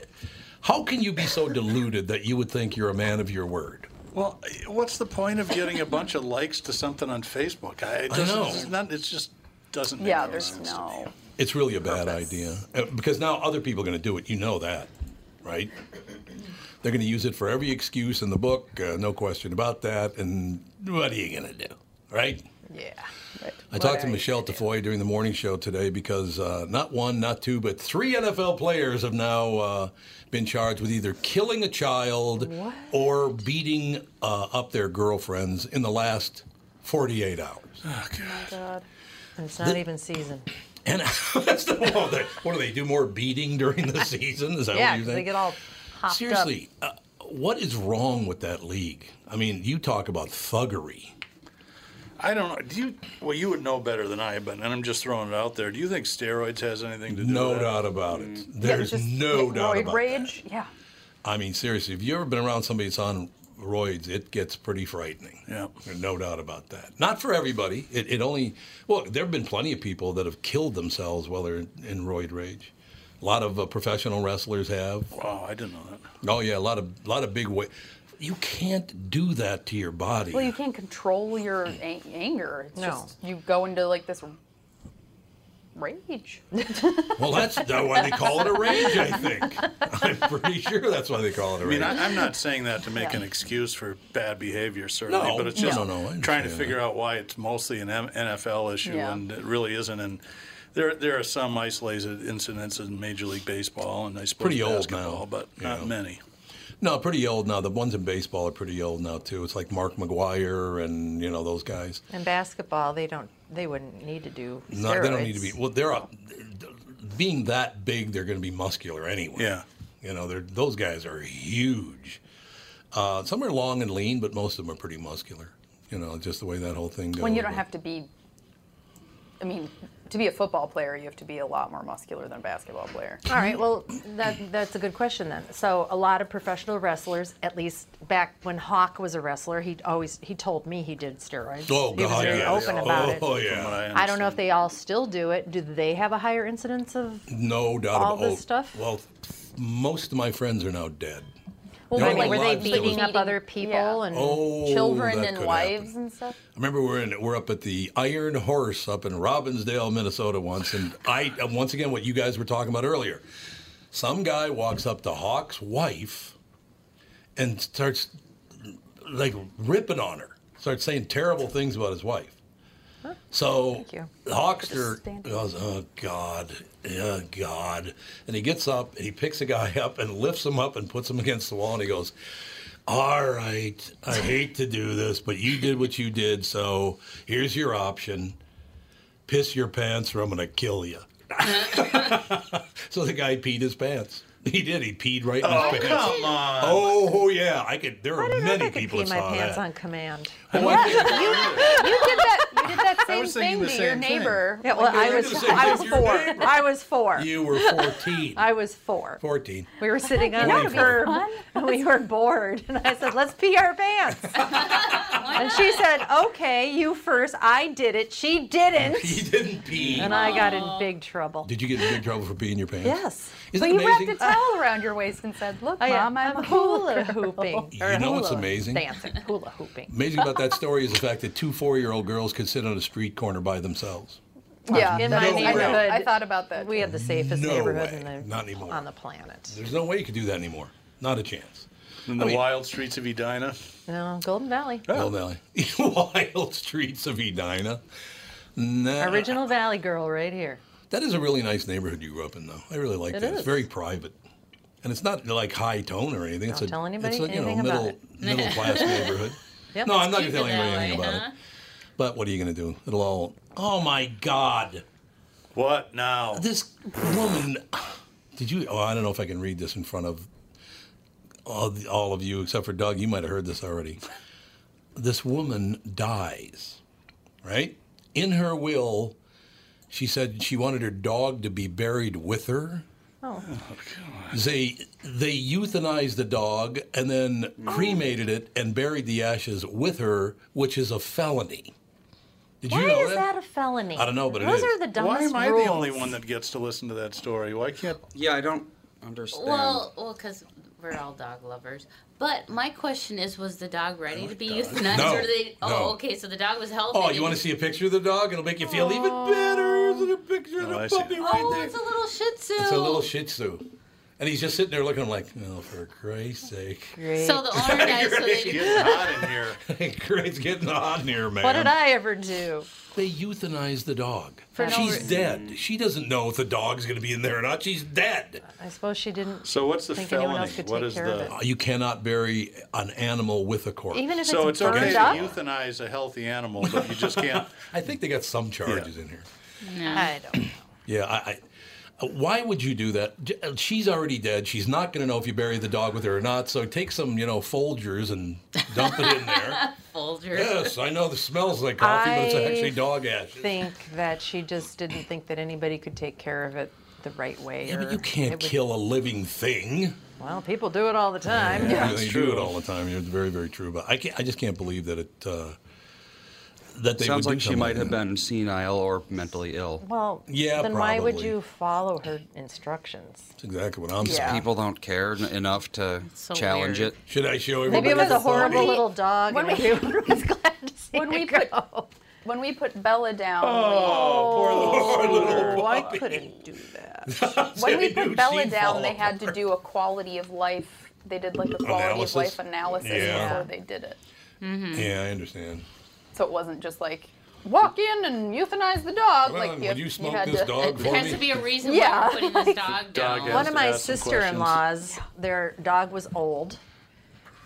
[SPEAKER 8] how can you be so deluded that you would think you're a man of your word?
[SPEAKER 7] Well, what's the point of getting a bunch of likes to something on Facebook? I, it
[SPEAKER 8] I
[SPEAKER 7] doesn't-
[SPEAKER 8] know.
[SPEAKER 7] It's not, it's just doesn't make
[SPEAKER 3] yeah,
[SPEAKER 7] no
[SPEAKER 3] there's
[SPEAKER 7] sense.
[SPEAKER 3] no.
[SPEAKER 8] It's really a bad idea Uh, because now other people are going to do it. You know that, right? They're going to use it for every excuse in the book, uh, no question about that. And what are you going to do, right?
[SPEAKER 4] Yeah.
[SPEAKER 8] I talked to Michelle Tafoy during the morning show today because uh, not one, not two, but three NFL players have now uh, been charged with either killing a child or beating uh, up their girlfriends in the last 48 hours.
[SPEAKER 4] Oh God. And it's not even season.
[SPEAKER 8] And that's the well, they, what do they do? More beating during the season? Is that
[SPEAKER 4] Yeah,
[SPEAKER 8] what you're
[SPEAKER 4] 'cause they
[SPEAKER 8] saying?
[SPEAKER 4] get all hopped
[SPEAKER 8] Seriously, uh, what is wrong with that league? I mean, you talk about thuggery.
[SPEAKER 7] I don't know. Do you? Well, you would know better than I, but and I'm just throwing it out there. Do you think steroids has anything to do?
[SPEAKER 8] No
[SPEAKER 7] with that? Mm-hmm.
[SPEAKER 8] doubt about it. There's
[SPEAKER 3] just
[SPEAKER 8] no
[SPEAKER 3] get
[SPEAKER 8] doubt
[SPEAKER 3] roid
[SPEAKER 8] about it.
[SPEAKER 3] rage. Yeah.
[SPEAKER 8] I mean, seriously, if you ever been around somebody that's on roids, it gets pretty frightening.
[SPEAKER 7] Yeah.
[SPEAKER 8] There's no doubt about that. Not for everybody. It, it only, well, there have been plenty of people that have killed themselves while they're in, in roid rage. A lot of uh, professional wrestlers have.
[SPEAKER 7] Wow, I didn't know that.
[SPEAKER 8] Oh yeah, a lot of lot of big weight. You can't do that to your body.
[SPEAKER 3] Well, you can't control your a- anger. It's
[SPEAKER 4] No.
[SPEAKER 3] just you go into like this rage.
[SPEAKER 8] Well, that's that why they call it a rage. I think. I'm pretty sure that's why they call it a
[SPEAKER 7] I
[SPEAKER 8] rage.
[SPEAKER 7] mean, I, I'm not saying that to make an excuse for bad behavior, certainly,
[SPEAKER 8] No,
[SPEAKER 7] but it's just
[SPEAKER 8] no, no, I
[SPEAKER 7] trying to
[SPEAKER 8] understand
[SPEAKER 7] figure out why it's mostly an M- NFL issue
[SPEAKER 3] Yeah.
[SPEAKER 7] and it really isn't. And there, there are some isolated incidents in Major League Baseball and I suppose
[SPEAKER 8] Pretty old now,
[SPEAKER 7] basketball, but
[SPEAKER 8] yeah.
[SPEAKER 7] not many.
[SPEAKER 8] No, pretty old now. The ones in baseball are pretty old now too. It's like Mark McGuire and you know those guys.
[SPEAKER 4] In basketball, they don't. They wouldn't need to do.
[SPEAKER 8] No, they don't need to
[SPEAKER 4] steroids.
[SPEAKER 8] be. Well, they're uh, being that big, they're going to be muscular anyway.
[SPEAKER 7] Yeah.
[SPEAKER 8] You know, they're, those guys are huge. Uh, some are long and lean, but most of them are pretty muscular. You know, just the way that whole thing goes.
[SPEAKER 3] When you don't have to be, I mean, to be a football player, you have to be a lot more muscular than a basketball player.
[SPEAKER 4] All right. Well, that that's a good question then. So a lot of professional wrestlers, at least back when Hawk was a wrestler, he always he told me he did steroids.
[SPEAKER 8] Oh,
[SPEAKER 4] he was
[SPEAKER 8] God,
[SPEAKER 4] very
[SPEAKER 8] yeah.
[SPEAKER 4] open about it.
[SPEAKER 8] Oh, yeah. From what I
[SPEAKER 4] I, don't know if they all still do it. Do they have a higher incidence of?
[SPEAKER 8] No doubt
[SPEAKER 4] all
[SPEAKER 8] about oh,
[SPEAKER 4] this stuff?
[SPEAKER 8] Well, most of my friends are now dead.
[SPEAKER 4] Well,
[SPEAKER 8] The
[SPEAKER 4] like,
[SPEAKER 8] only
[SPEAKER 4] were they
[SPEAKER 8] ones that was-
[SPEAKER 4] beating up other people and
[SPEAKER 8] Oh,
[SPEAKER 3] Children
[SPEAKER 8] that
[SPEAKER 3] and
[SPEAKER 8] could
[SPEAKER 3] wives and stuff.
[SPEAKER 8] I remember we're in we're up at the Iron Horse up in Robbinsdale, Minnesota once, and I uh, once again what you guys were talking about earlier. Some guy walks up to Hawk's wife and starts like ripping on her, starts saying terrible things about his wife. So
[SPEAKER 4] Thank you.
[SPEAKER 8] Hawkster
[SPEAKER 4] Just stand.
[SPEAKER 8] goes, oh God, yeah, God, and he gets up and he picks a guy up and lifts him up and puts him against the wall and he goes, all right, I hate to do this, but you did what you did, so here's your option: piss your pants, or I'm gonna kill you. so the guy peed his pants. He did. He peed right in
[SPEAKER 7] Oh,
[SPEAKER 8] his pants.
[SPEAKER 7] come on.
[SPEAKER 8] Oh, oh, yeah. I could. There are many people
[SPEAKER 4] pee
[SPEAKER 8] that
[SPEAKER 4] my
[SPEAKER 8] saw
[SPEAKER 4] pants
[SPEAKER 8] that.
[SPEAKER 4] on command?
[SPEAKER 3] You did that. You did that
[SPEAKER 7] I
[SPEAKER 3] same
[SPEAKER 7] was thinking
[SPEAKER 3] thing
[SPEAKER 7] the
[SPEAKER 3] to your
[SPEAKER 7] same thing.
[SPEAKER 3] neighbor.
[SPEAKER 4] Yeah, well, I was I was four. I was four.
[SPEAKER 8] You were 14.
[SPEAKER 4] I was four.
[SPEAKER 8] Fourteen.
[SPEAKER 4] We were sitting on the
[SPEAKER 8] Twenty-four.
[SPEAKER 4] curb and we were bored. And I said, let's pee our pants. and she said, okay, you first. I did it. She didn't.
[SPEAKER 8] He didn't pee.
[SPEAKER 4] And I got in big trouble.
[SPEAKER 8] Did you get in big trouble for peeing your pants?
[SPEAKER 4] Yes.
[SPEAKER 8] Isn't
[SPEAKER 3] But
[SPEAKER 8] it
[SPEAKER 3] you
[SPEAKER 8] amazing?
[SPEAKER 3] wrapped a towel around your waist and said, "Look,
[SPEAKER 4] Oh, yeah.
[SPEAKER 3] mom, I'm, a
[SPEAKER 4] hula hooping. or
[SPEAKER 8] You know what's
[SPEAKER 4] hula
[SPEAKER 8] amazing?
[SPEAKER 4] Dancing, hula hooping.
[SPEAKER 8] Amazing about that story is the fact that two four-year-old girls could sit on a street corner by themselves.
[SPEAKER 3] Yeah,
[SPEAKER 4] In my
[SPEAKER 8] No way.
[SPEAKER 3] I, know.
[SPEAKER 4] neighborhood,
[SPEAKER 3] I thought about that.
[SPEAKER 4] we had the safest
[SPEAKER 8] No
[SPEAKER 4] neighborhood
[SPEAKER 8] way.
[SPEAKER 4] in the,
[SPEAKER 8] Not anymore.
[SPEAKER 4] on the planet.
[SPEAKER 8] There's no way you could do that anymore. Not a chance.
[SPEAKER 7] In the wild streets of Edina.
[SPEAKER 4] No, Golden Valley.
[SPEAKER 8] Well, Valley. Wild streets of Edina. Nah.
[SPEAKER 4] Original Valley girl right here.
[SPEAKER 8] That is a really nice neighborhood you grew up in, though. I really like
[SPEAKER 4] It
[SPEAKER 8] that.
[SPEAKER 4] is.
[SPEAKER 8] It's very private. And it's not like high tone or anything. It's
[SPEAKER 4] Don't
[SPEAKER 8] a,
[SPEAKER 4] tell anybody
[SPEAKER 8] it's a, you know,
[SPEAKER 4] anything about
[SPEAKER 8] middle, middle class neighborhood.
[SPEAKER 4] Yep.
[SPEAKER 8] no, I'm not going
[SPEAKER 6] keep
[SPEAKER 8] to tell
[SPEAKER 6] it that
[SPEAKER 8] anybody anything
[SPEAKER 6] way,
[SPEAKER 8] about
[SPEAKER 6] huh?
[SPEAKER 8] it. But what are you going to do? It'll all, oh my God.
[SPEAKER 7] What now?
[SPEAKER 8] This woman, did you? Oh, I don't know if I can read this in front of all, the- all of you except for Doug. You might have heard this already. This woman dies, right? In her will, she said she wanted her dog to be buried with her.
[SPEAKER 4] Oh.
[SPEAKER 8] They they euthanized the dog and then cremated it and buried the ashes with her, which is a felony. Did
[SPEAKER 4] Why
[SPEAKER 8] you know
[SPEAKER 4] is that? a felony?
[SPEAKER 8] I don't know, but it
[SPEAKER 4] Those
[SPEAKER 8] is.
[SPEAKER 4] are the dumbest
[SPEAKER 7] Why am I
[SPEAKER 4] rules.
[SPEAKER 7] the only one that gets to listen to that story? Why can't
[SPEAKER 5] Yeah, I don't understand.
[SPEAKER 6] Well, well, because we're all dog lovers. But my question is, was the dog ready to be euthanized?
[SPEAKER 8] No,
[SPEAKER 6] Or did they, oh,
[SPEAKER 8] no.
[SPEAKER 6] okay, so the dog was healthy.
[SPEAKER 8] Oh, you want to see a picture of the dog? It'll make you feel even better. There's a picture of
[SPEAKER 7] Oh, I
[SPEAKER 8] the
[SPEAKER 7] see.
[SPEAKER 8] puppy right
[SPEAKER 6] Oh,
[SPEAKER 8] there.
[SPEAKER 6] it's a little Shih Tzu.
[SPEAKER 8] It's a little Shih Tzu, and he's just sitting there looking like, oh, for Christ's sake,
[SPEAKER 4] Great.
[SPEAKER 6] So the owner died, so
[SPEAKER 7] it's
[SPEAKER 6] they.
[SPEAKER 7] getting hot in here?
[SPEAKER 8] it's getting hot in here, man.
[SPEAKER 4] what did I ever do?
[SPEAKER 8] They euthanized the dog.
[SPEAKER 4] For no
[SPEAKER 8] She's
[SPEAKER 4] reason.
[SPEAKER 8] dead. She doesn't know if the dog's going to be in there or not. She's dead.
[SPEAKER 4] I suppose she didn't.
[SPEAKER 7] So what's the
[SPEAKER 4] think anyone
[SPEAKER 7] felony?
[SPEAKER 4] else could
[SPEAKER 7] What
[SPEAKER 4] take
[SPEAKER 7] is
[SPEAKER 4] care of
[SPEAKER 7] the
[SPEAKER 4] it.
[SPEAKER 8] Uh, You cannot bury an animal with a corpse.
[SPEAKER 4] Even if
[SPEAKER 7] so
[SPEAKER 4] it's,
[SPEAKER 7] it's
[SPEAKER 4] burned
[SPEAKER 7] okay to
[SPEAKER 4] up,
[SPEAKER 7] euthanize a healthy animal, but you just can't.
[SPEAKER 8] I think they got some charges in here.
[SPEAKER 4] I don't.
[SPEAKER 8] Yeah, I. I uh, why would you do that? J- uh, She's already dead. She's not going to know if you bury the dog with her or not. So take some, you know, Folgers and dump it in there.
[SPEAKER 6] Folger.
[SPEAKER 8] yes, I know this smells like coffee, but it's
[SPEAKER 4] I
[SPEAKER 8] actually dog ashes.
[SPEAKER 4] think that she just didn't think that anybody could take care of it the right way.
[SPEAKER 8] Yeah, but
[SPEAKER 4] or
[SPEAKER 8] you can't
[SPEAKER 4] it would-
[SPEAKER 8] kill a living thing.
[SPEAKER 4] Well, people do it all the time.
[SPEAKER 8] they do it all the time. It's very, very true. But I can't. I just can't believe that it. Uh, that they
[SPEAKER 5] Sounds
[SPEAKER 8] would do
[SPEAKER 5] like she
[SPEAKER 8] something
[SPEAKER 5] might have
[SPEAKER 8] that.
[SPEAKER 5] been senile or mentally ill.
[SPEAKER 4] Well,
[SPEAKER 8] Yeah,
[SPEAKER 4] then why would
[SPEAKER 8] probably.
[SPEAKER 4] you follow her instructions?
[SPEAKER 8] That's exactly what I'm saying.
[SPEAKER 4] Yeah.
[SPEAKER 5] People don't care n- enough to
[SPEAKER 6] so
[SPEAKER 5] challenge
[SPEAKER 6] weird.
[SPEAKER 5] it.
[SPEAKER 8] Should I show everybody?
[SPEAKER 4] Maybe it was a
[SPEAKER 8] the photo?
[SPEAKER 4] horrible
[SPEAKER 3] we-
[SPEAKER 4] little dog.
[SPEAKER 3] when
[SPEAKER 4] and
[SPEAKER 3] we-
[SPEAKER 4] everyone was glad to see
[SPEAKER 3] When
[SPEAKER 4] it
[SPEAKER 3] we put-
[SPEAKER 4] go.
[SPEAKER 3] When we put Bella down,
[SPEAKER 8] Oh, Poor little
[SPEAKER 4] Oh, I
[SPEAKER 8] puppy.
[SPEAKER 4] couldn't do that.
[SPEAKER 3] when we
[SPEAKER 8] Dude,
[SPEAKER 3] put
[SPEAKER 8] she'd
[SPEAKER 3] Bella
[SPEAKER 8] fall
[SPEAKER 3] down, they had to
[SPEAKER 8] apart.
[SPEAKER 3] do a quality of life. They did like a quality
[SPEAKER 8] Analysis?
[SPEAKER 3] of life analysis
[SPEAKER 8] Yeah.
[SPEAKER 3] before they did it.
[SPEAKER 8] Yeah, I understand.
[SPEAKER 3] So it wasn't just like walk in and euthanize the dog.
[SPEAKER 8] Well,
[SPEAKER 3] like
[SPEAKER 8] and
[SPEAKER 3] you,
[SPEAKER 8] would you
[SPEAKER 3] you
[SPEAKER 8] smoke
[SPEAKER 3] had
[SPEAKER 8] this
[SPEAKER 3] to,
[SPEAKER 8] dog
[SPEAKER 6] There
[SPEAKER 8] for
[SPEAKER 6] has to
[SPEAKER 8] me?
[SPEAKER 6] be a reason
[SPEAKER 4] Yeah,
[SPEAKER 6] why you're putting this dog down.
[SPEAKER 7] Dog
[SPEAKER 4] One of my
[SPEAKER 7] ask some
[SPEAKER 4] sister-in-laws, their dog was old,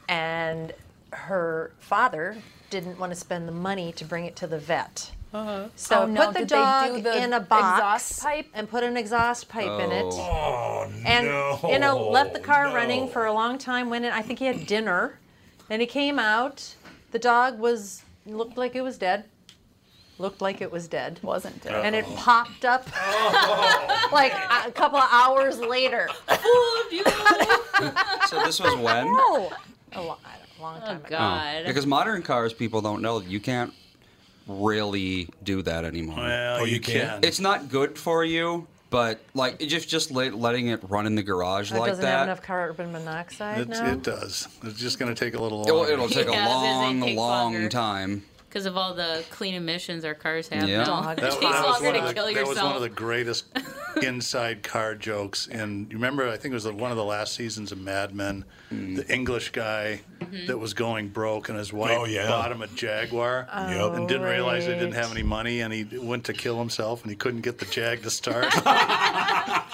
[SPEAKER 4] and her father didn't want to spend the money to bring it to the vet. So
[SPEAKER 3] Oh, no, did
[SPEAKER 4] put the
[SPEAKER 3] they do
[SPEAKER 4] dog
[SPEAKER 3] the
[SPEAKER 4] in a box
[SPEAKER 3] exhaust
[SPEAKER 4] and put an exhaust pipe in it.
[SPEAKER 8] Oh,
[SPEAKER 4] and
[SPEAKER 8] no.
[SPEAKER 4] you know left the car
[SPEAKER 8] no.
[SPEAKER 4] running for a long time went in i think he had dinner then he came out the dog was looked like it was dead looked like it was dead
[SPEAKER 3] wasn't
[SPEAKER 8] Uh,
[SPEAKER 4] dead and it
[SPEAKER 6] Uh-oh.
[SPEAKER 4] popped up like a couple of hours later
[SPEAKER 5] So this was when?
[SPEAKER 4] no a lo- I don't- long time ago
[SPEAKER 5] Oh. Because modern cars, people don't know you can't really do that anymore.
[SPEAKER 7] Well, Oh, you you can. can.
[SPEAKER 5] It's not good for you, but like it just just let, letting it run in the garage
[SPEAKER 4] That
[SPEAKER 5] like
[SPEAKER 4] doesn't have
[SPEAKER 5] that.
[SPEAKER 4] enough carbon monoxide
[SPEAKER 7] It's,
[SPEAKER 4] now
[SPEAKER 7] it does. It's just going to take a little
[SPEAKER 5] It'll,
[SPEAKER 7] longer.
[SPEAKER 5] it'll take
[SPEAKER 6] Yeah, I
[SPEAKER 5] a
[SPEAKER 6] was gonna say, it
[SPEAKER 5] long,
[SPEAKER 6] takes
[SPEAKER 5] long
[SPEAKER 6] longer.
[SPEAKER 5] time.
[SPEAKER 6] Because of all the clean emissions our cars have
[SPEAKER 5] Yeah.
[SPEAKER 4] Oh,
[SPEAKER 6] now.
[SPEAKER 5] Dog
[SPEAKER 6] It takes longer to kill
[SPEAKER 7] that
[SPEAKER 6] yourself.
[SPEAKER 7] was one of the greatest inside car jokes. And you remember, I think it was one of the last seasons of Mad Men,
[SPEAKER 8] Mm.
[SPEAKER 7] the English guy
[SPEAKER 6] Mhm.
[SPEAKER 7] that was going broke, and his wife
[SPEAKER 8] Oh, yeah.
[SPEAKER 7] bought him a Jaguar
[SPEAKER 6] Oh,
[SPEAKER 4] oh,
[SPEAKER 8] Yep.
[SPEAKER 7] and didn't realize they didn't
[SPEAKER 8] right.
[SPEAKER 7] have any money, and he went to kill himself, and he couldn't get the Jag to start.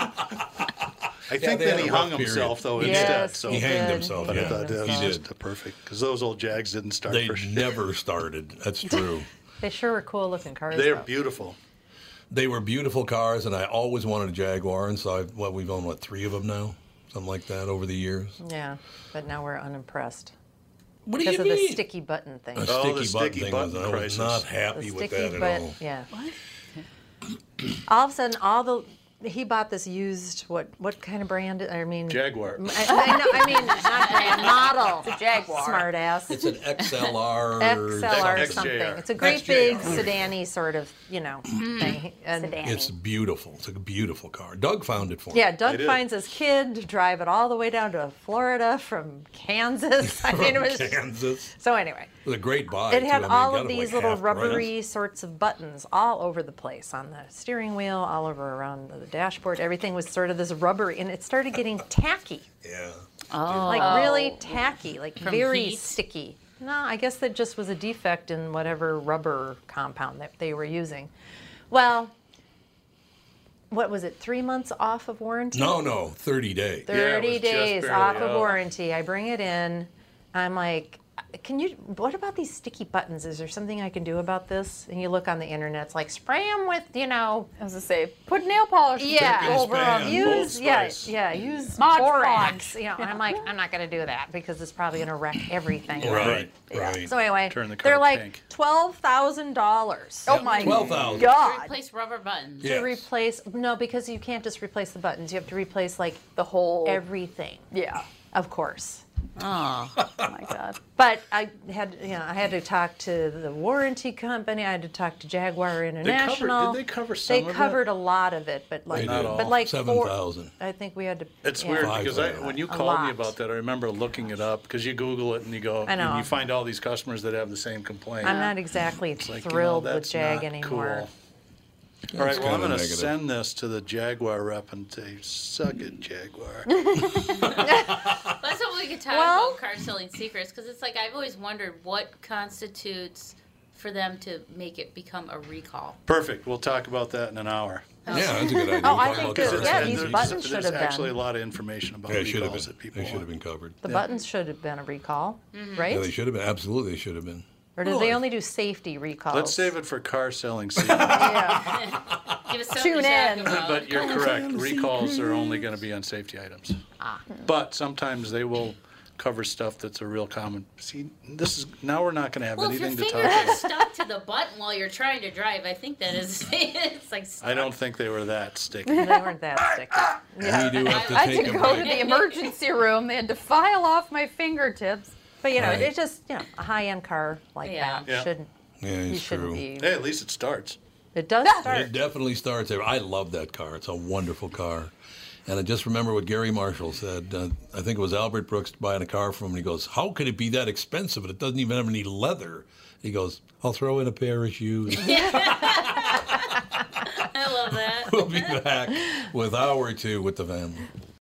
[SPEAKER 7] I think
[SPEAKER 8] they
[SPEAKER 7] then
[SPEAKER 8] had
[SPEAKER 7] he
[SPEAKER 8] a rough
[SPEAKER 7] hung himself
[SPEAKER 8] period.
[SPEAKER 7] though
[SPEAKER 8] Yes,
[SPEAKER 7] instead.
[SPEAKER 8] he
[SPEAKER 7] So
[SPEAKER 8] hanged himself,
[SPEAKER 7] But I
[SPEAKER 8] yeah.
[SPEAKER 7] thought that was
[SPEAKER 8] He
[SPEAKER 7] just perfect because those old Jags didn't start.
[SPEAKER 8] They
[SPEAKER 7] for shit.
[SPEAKER 8] never started. That's true.
[SPEAKER 4] they sure were cool looking cars though.
[SPEAKER 7] beautiful.
[SPEAKER 8] They were beautiful cars, and I always wanted a Jaguar, and so I've, what we've owned what three of them now, something like that over the years.
[SPEAKER 4] yeah but now we're unimpressed
[SPEAKER 8] What
[SPEAKER 4] because
[SPEAKER 8] do
[SPEAKER 4] of
[SPEAKER 8] you
[SPEAKER 4] the
[SPEAKER 8] mean?
[SPEAKER 4] sticky button thing
[SPEAKER 8] A
[SPEAKER 7] Oh, the
[SPEAKER 8] sticky button
[SPEAKER 7] sticky
[SPEAKER 8] thing
[SPEAKER 7] button
[SPEAKER 8] was, I was
[SPEAKER 7] crisis.
[SPEAKER 8] not
[SPEAKER 4] The
[SPEAKER 8] happy with
[SPEAKER 4] sticky
[SPEAKER 8] that
[SPEAKER 4] but-
[SPEAKER 8] at all.
[SPEAKER 4] Yeah. all of a sudden, all the he bought this used what what kind of brand? I mean,
[SPEAKER 8] Jaguar.
[SPEAKER 4] I, I know. I mean, not brand model.
[SPEAKER 3] It's a Jaguar.
[SPEAKER 4] Smart ass.
[SPEAKER 8] It's an XLR.
[SPEAKER 4] XLR something. It's a great big sedan-y sort of you know thing. And
[SPEAKER 8] It's beautiful. It's a beautiful car. Doug found it for me.
[SPEAKER 4] yeah, Doug finds his kid to drive it all the way down to Florida from Kansas. I mean, it was
[SPEAKER 8] Kansas.
[SPEAKER 4] so anyway.
[SPEAKER 8] It was a great buy.
[SPEAKER 4] It
[SPEAKER 8] too. I
[SPEAKER 4] had
[SPEAKER 8] mean,
[SPEAKER 4] all
[SPEAKER 8] got
[SPEAKER 4] of
[SPEAKER 8] it, like,
[SPEAKER 4] these little
[SPEAKER 8] half price.
[SPEAKER 4] rubbery sorts of buttons all over the place on the steering wheel, all over around the dashboard. Everything was sort of this rubbery, and it started getting tacky.
[SPEAKER 8] Yeah.
[SPEAKER 6] Oh.
[SPEAKER 4] Like really tacky, like
[SPEAKER 6] From
[SPEAKER 4] very
[SPEAKER 6] heat?
[SPEAKER 4] sticky. No, I guess that just was a defect in whatever rubber compound that they were using. Well, what was it, three months off of warranty?
[SPEAKER 8] No, no, 30 days.
[SPEAKER 4] 30 days off of warranty. I bring it in. I'm like, can you, what about these sticky buttons? Is there something I can do about this? And you look on the internet, it's like, spray them with, you know. I was going to say, put nail polish yeah,
[SPEAKER 3] Dipping
[SPEAKER 4] over 'em.
[SPEAKER 3] span,
[SPEAKER 4] Use,
[SPEAKER 3] Old
[SPEAKER 4] yeah,
[SPEAKER 3] Spice.
[SPEAKER 4] yeah, use
[SPEAKER 3] Mod
[SPEAKER 4] borax.
[SPEAKER 3] Podge.
[SPEAKER 4] You know, and I'm like, I'm not going to do that because it's probably going to wreck everything.
[SPEAKER 8] Right, right.
[SPEAKER 4] So anyway,
[SPEAKER 8] Turn the
[SPEAKER 4] they're
[SPEAKER 8] car
[SPEAKER 4] like
[SPEAKER 8] pink.
[SPEAKER 4] $12,000.
[SPEAKER 8] Yeah, $12,000.
[SPEAKER 4] God
[SPEAKER 6] Replace rubber buttons.
[SPEAKER 4] to replace no because you can't just replace the buttons you have to replace like the whole everything yeah of course
[SPEAKER 6] Oh.
[SPEAKER 4] my god but i had you know i had to talk to the warranty company i had to talk to jaguar international
[SPEAKER 7] did they cover some
[SPEAKER 4] they
[SPEAKER 7] of it?
[SPEAKER 4] covered a lot of it but like
[SPEAKER 7] They did. Not
[SPEAKER 4] but
[SPEAKER 7] all.
[SPEAKER 4] like four-
[SPEAKER 7] 7,000.
[SPEAKER 4] i think we had to
[SPEAKER 7] It's
[SPEAKER 4] yeah.
[SPEAKER 7] weird because I, when you
[SPEAKER 4] A
[SPEAKER 7] called me
[SPEAKER 4] lot.
[SPEAKER 7] about that, I remember looking it up because you Google it and you go,
[SPEAKER 4] I know.
[SPEAKER 7] and you find all these customers that have the same complaint.
[SPEAKER 4] i'm not exactly
[SPEAKER 7] like, you know,
[SPEAKER 4] thrilled with
[SPEAKER 7] that's
[SPEAKER 4] jag
[SPEAKER 7] not
[SPEAKER 4] anymore
[SPEAKER 7] cool. All right,
[SPEAKER 8] That's
[SPEAKER 7] well, I'm
[SPEAKER 8] kinda
[SPEAKER 7] going to
[SPEAKER 8] negative.
[SPEAKER 7] send this to the Jaguar rep and say, suck it, Jaguar.
[SPEAKER 6] Let's hope we could talk
[SPEAKER 4] Well-
[SPEAKER 6] about car selling secrets because it's like I've always wondered what constitutes for them to make it become a recall.
[SPEAKER 7] Perfect. We'll talk about that in an hour.
[SPEAKER 6] Yeah, that's a good idea.
[SPEAKER 4] Oh, I Talk think about that, cars. yeah, these
[SPEAKER 7] there's-
[SPEAKER 4] buttons should
[SPEAKER 7] there's
[SPEAKER 4] have been.
[SPEAKER 7] actually a lot of information about
[SPEAKER 8] Yeah, it should have
[SPEAKER 7] recalls
[SPEAKER 8] been.
[SPEAKER 7] that people
[SPEAKER 8] They should have
[SPEAKER 7] want.
[SPEAKER 8] been covered.
[SPEAKER 4] the
[SPEAKER 8] yeah.
[SPEAKER 4] buttons should have been a recall right
[SPEAKER 8] Yeah, they should have been. Absolutely, they should have been.
[SPEAKER 4] or do they only do safety recalls
[SPEAKER 7] Let's save it for car selling season.
[SPEAKER 6] Give us something to
[SPEAKER 4] Tune
[SPEAKER 6] talk
[SPEAKER 4] in.
[SPEAKER 6] about.
[SPEAKER 7] But you're
[SPEAKER 6] Car
[SPEAKER 7] correct.
[SPEAKER 6] selling
[SPEAKER 7] Recalls are only going to be on safety items.
[SPEAKER 6] Ah.
[SPEAKER 7] But sometimes they will cover stuff that's a real common. See, this is now we're not going to have
[SPEAKER 6] Well, if your
[SPEAKER 7] anything to
[SPEAKER 6] fingers
[SPEAKER 7] talk
[SPEAKER 6] are
[SPEAKER 7] about.
[SPEAKER 6] stuck to the button while you're trying to drive, I think that is it's like
[SPEAKER 7] I don't think they were that sticky.
[SPEAKER 4] they weren't that sticky
[SPEAKER 8] We do have to
[SPEAKER 3] I
[SPEAKER 8] take
[SPEAKER 3] had to
[SPEAKER 8] a
[SPEAKER 3] go
[SPEAKER 8] break.
[SPEAKER 3] to the emergency room. They had to file off my fingertips.
[SPEAKER 4] But you know,
[SPEAKER 8] Right.
[SPEAKER 4] it's just you know, a high-end car like
[SPEAKER 3] Yeah.
[SPEAKER 4] that
[SPEAKER 8] Yeah.
[SPEAKER 4] shouldn't.
[SPEAKER 8] Yeah,
[SPEAKER 4] you
[SPEAKER 8] it's
[SPEAKER 4] shouldn't
[SPEAKER 8] true.
[SPEAKER 4] be.
[SPEAKER 7] Hey, at least it starts.
[SPEAKER 4] It does start.
[SPEAKER 8] It definitely starts there. I love that car. It's a wonderful car. And I just remember what Gary Marshall said. Uh, I think it was Albert Brooks buying a car from him. And he goes, How could it be that expensive? And it doesn't even have any leather. He goes, I'll throw in a pair of shoes.
[SPEAKER 6] I love that.
[SPEAKER 8] we'll be back with hour two with the family.